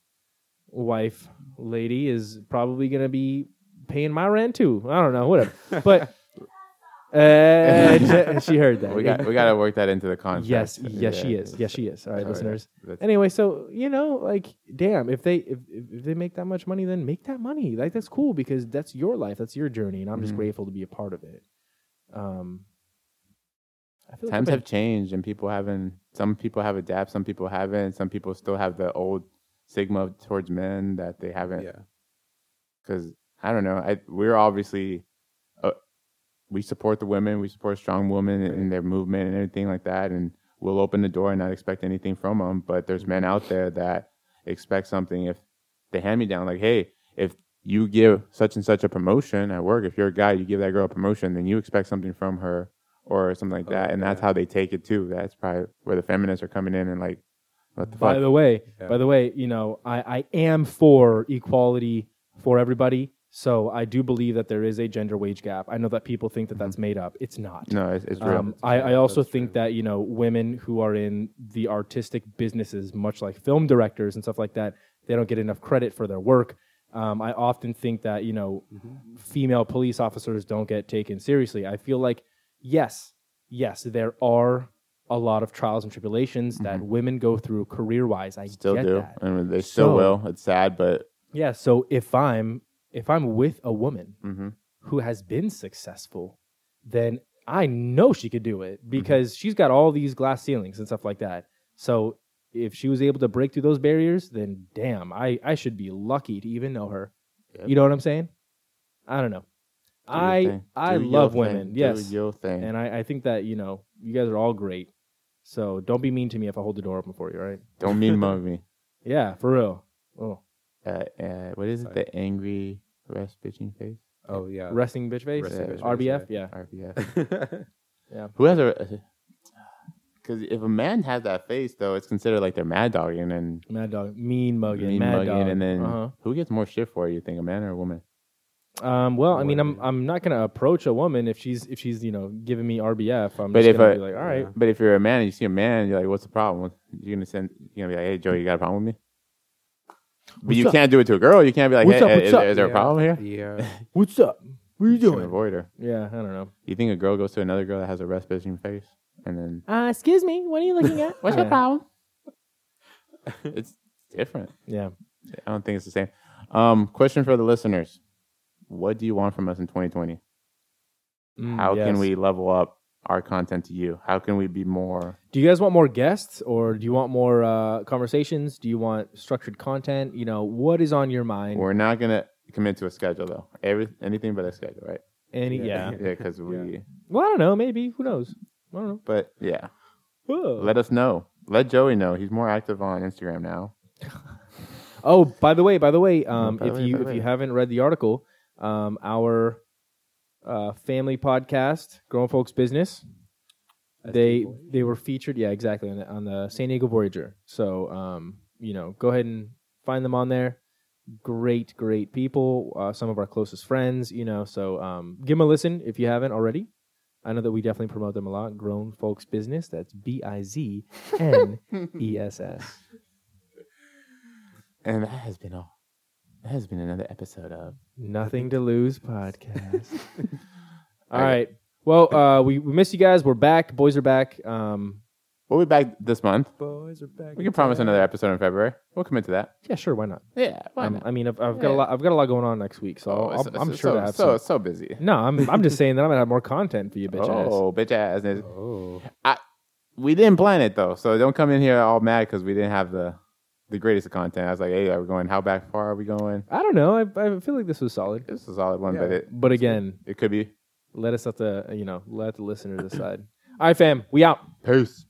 Speaker 2: wife lady is probably gonna be paying my rent too. I don't
Speaker 1: *laughs*
Speaker 2: know, whatever. But *laughs* uh, she heard that.
Speaker 1: We got we got to work that into the contract.
Speaker 2: yes, yes, she
Speaker 1: Yeah.
Speaker 2: is. Yes, she is. All right,
Speaker 1: Oh, yeah.
Speaker 2: listeners.
Speaker 1: That's-
Speaker 2: Anyway, so you know, like, damn, if they if, if if they make that much money, then make that money. Like, that's cool because that's your life, that's your journey, and I'm just
Speaker 1: Mhm.
Speaker 2: grateful to be a part of it. Um, I feel like
Speaker 1: times
Speaker 2: I've
Speaker 1: have changed and people haven't some people have adapted some people haven't some people still have the old stigma towards men that they haven't
Speaker 3: yeah.
Speaker 1: because i don't know I, we're obviously uh, we support the women we support strong women and their movement and everything like that and we'll open the door and not expect anything from them but there's men out there that expect something if they hand me down like hey if you give such and such a promotion at work if you're a guy you give that girl a promotion then you expect something from her or something like
Speaker 3: Oh,
Speaker 1: that and that's
Speaker 3: yeah.
Speaker 1: how they take it too that's probably where the feminists are coming in and like what the
Speaker 2: By
Speaker 1: fuck
Speaker 2: the way,
Speaker 3: Yeah.
Speaker 2: by the way, you know, I, I am for equality for everybody. So I do believe that there is a gender wage gap. I know that people think that that's made up. It's not.
Speaker 1: no it's, it's real
Speaker 2: Um,
Speaker 3: That's
Speaker 2: I,
Speaker 3: true.
Speaker 2: I also
Speaker 3: That's
Speaker 2: think
Speaker 3: true.
Speaker 2: that you know women who are in the artistic businesses, much like film directors and stuff like that, they don't get enough credit for their work. Um, I often think that you know female police officers don't get taken seriously. I feel like yes, yes, there are a lot of trials and tribulations that women go through career wise. I
Speaker 1: still
Speaker 2: get
Speaker 1: do
Speaker 2: that.
Speaker 1: and they still
Speaker 2: So-
Speaker 1: will it's sad but
Speaker 2: Yeah. So if I'm if I'm with a woman
Speaker 1: mhm.
Speaker 2: who has been successful, then I know she could do
Speaker 1: Mm-hmm.
Speaker 2: it because she's got all these glass ceilings and stuff like that. So if she was able to break through those barriers, then damn, I, I should be lucky to even know her.
Speaker 1: Yep.
Speaker 2: You know what I'm saying? I don't know.
Speaker 1: Do your
Speaker 2: I
Speaker 1: thing.
Speaker 2: I
Speaker 1: Do your
Speaker 2: love
Speaker 1: thing.
Speaker 2: women.
Speaker 1: Do
Speaker 2: Yes.
Speaker 1: your thing.
Speaker 2: And I, I think that, you know, you guys are all great. So don't be mean to me if I hold the door open for you, all right?
Speaker 1: Don't mean mug me.
Speaker 2: Yeah, for real. Oh.
Speaker 1: Uh, uh, what is it?
Speaker 3: Sorry.
Speaker 1: The angry rest bitching face.
Speaker 3: Oh yeah.
Speaker 2: Resting bitch face?
Speaker 1: Resting
Speaker 2: Yeah.
Speaker 1: bitch face,
Speaker 2: RBF? Yeah.
Speaker 1: RBF.
Speaker 2: *laughs* Yeah.
Speaker 1: Who has a? Because if a man has that face, though, it's considered like they're mad dogging and
Speaker 2: Mad dog. Mean mugging.
Speaker 1: mean
Speaker 2: mad
Speaker 1: mugging,
Speaker 2: dog.
Speaker 1: and then
Speaker 2: Uh-huh.
Speaker 1: who gets more shit for it? You think a man or a woman?
Speaker 2: Um, well, I mean, I'm
Speaker 3: Whatever.
Speaker 2: I'm not gonna approach a woman if she's if she's you know giving me RBF. I'm
Speaker 1: But
Speaker 2: just
Speaker 1: if
Speaker 2: gonna
Speaker 1: I-
Speaker 2: be like, all right,
Speaker 3: Yeah.
Speaker 1: But if you're a man and you see a man, you're like, what's the problem? You're gonna send. You're gonna be like, hey, Joe, you got a problem with me? But
Speaker 2: What's
Speaker 1: you
Speaker 2: up?
Speaker 1: can't do it to a girl. You can't be like,
Speaker 2: What's
Speaker 1: hey,
Speaker 2: up?
Speaker 1: eh,
Speaker 2: What's
Speaker 1: is,
Speaker 2: up?
Speaker 1: is there a
Speaker 3: Yeah.
Speaker 1: problem here?
Speaker 3: *laughs* Yeah.
Speaker 2: what's up? What are you
Speaker 1: You can avoid her.
Speaker 2: Yeah, I don't know.
Speaker 1: You think a girl goes to another girl that has a rest bitching face, and then
Speaker 2: Uh, excuse me, what are you looking *laughs* at?
Speaker 1: What's
Speaker 2: yeah.
Speaker 1: your problem? *laughs* it's different.
Speaker 2: Yeah.
Speaker 1: I don't think it's the same. Um, question for the listeners: What do you want from us in 2020?
Speaker 2: Mm,
Speaker 1: How
Speaker 2: yes.
Speaker 1: can we level up our content to you? How can we be more?
Speaker 2: Do you guys want more guests, or do you want more uh, conversations? Do you want structured content? You know, what is on your mind?
Speaker 1: We're not gonna commit to a schedule though. Every anything but a schedule, right?
Speaker 2: Any? Yeah.
Speaker 3: Yeah.
Speaker 1: Yeah, because we.
Speaker 2: Well, I don't know. Maybe who knows? I don't know.
Speaker 1: But yeah,
Speaker 2: Whoa.
Speaker 1: let us know. Let Joey know. He's more active on Instagram now.
Speaker 2: Oh, by the way, by the way, um,
Speaker 1: Oh, by the
Speaker 2: if
Speaker 1: way,
Speaker 2: you
Speaker 1: by the
Speaker 2: if you
Speaker 1: way.
Speaker 2: haven't read the article, um, our uh, family podcast, Grown Folks Business, they
Speaker 3: SDVoyage.
Speaker 2: they were featured. Yeah, exactly on the, on the San Diego Voyager. So um, you know, go ahead and find them on there. Great, great people. Uh, some of our closest friends. You know, so um, give them a listen if you haven't already. I know that we definitely promote them a lot. Grown Folks Business. That's B I Z N E S S.
Speaker 1: And that has been all. That has been another episode of.
Speaker 2: Nothing to
Speaker 1: *laughs*
Speaker 2: Lose podcast. All
Speaker 1: Okay.
Speaker 2: right. Well, uh, we, we missed you guys. We're back. Boys are back. Um,
Speaker 1: We'll be back this month.
Speaker 3: Boys are back.
Speaker 1: We can promise another episode in February. We'll commit to that.
Speaker 2: Yeah, sure. Why not?
Speaker 1: Yeah,
Speaker 2: Um, I mean, I've, I've got a lot. I've got a lot going on next week, so I'll,
Speaker 1: it's-
Speaker 2: I'm
Speaker 1: it's
Speaker 2: sure
Speaker 1: Oh, so,
Speaker 2: to have
Speaker 1: so
Speaker 2: some.
Speaker 1: so busy.
Speaker 2: No, I'm I'm just saying that I'm gonna have more content for you, *laughs* bitch ass.
Speaker 1: oh, bitch ass.
Speaker 3: Oh,
Speaker 1: We didn't plan it though, so don't come in here all mad because we didn't have the the greatest of content. I was like, hey, are we going? How back far are we going?
Speaker 2: I don't know. I, I feel like this was solid,
Speaker 1: This is a solid one,
Speaker 3: Yeah.
Speaker 1: but it
Speaker 2: but again,
Speaker 1: it could be
Speaker 2: let us let the you know let the listener decide. All right, fam, we out.
Speaker 1: peace.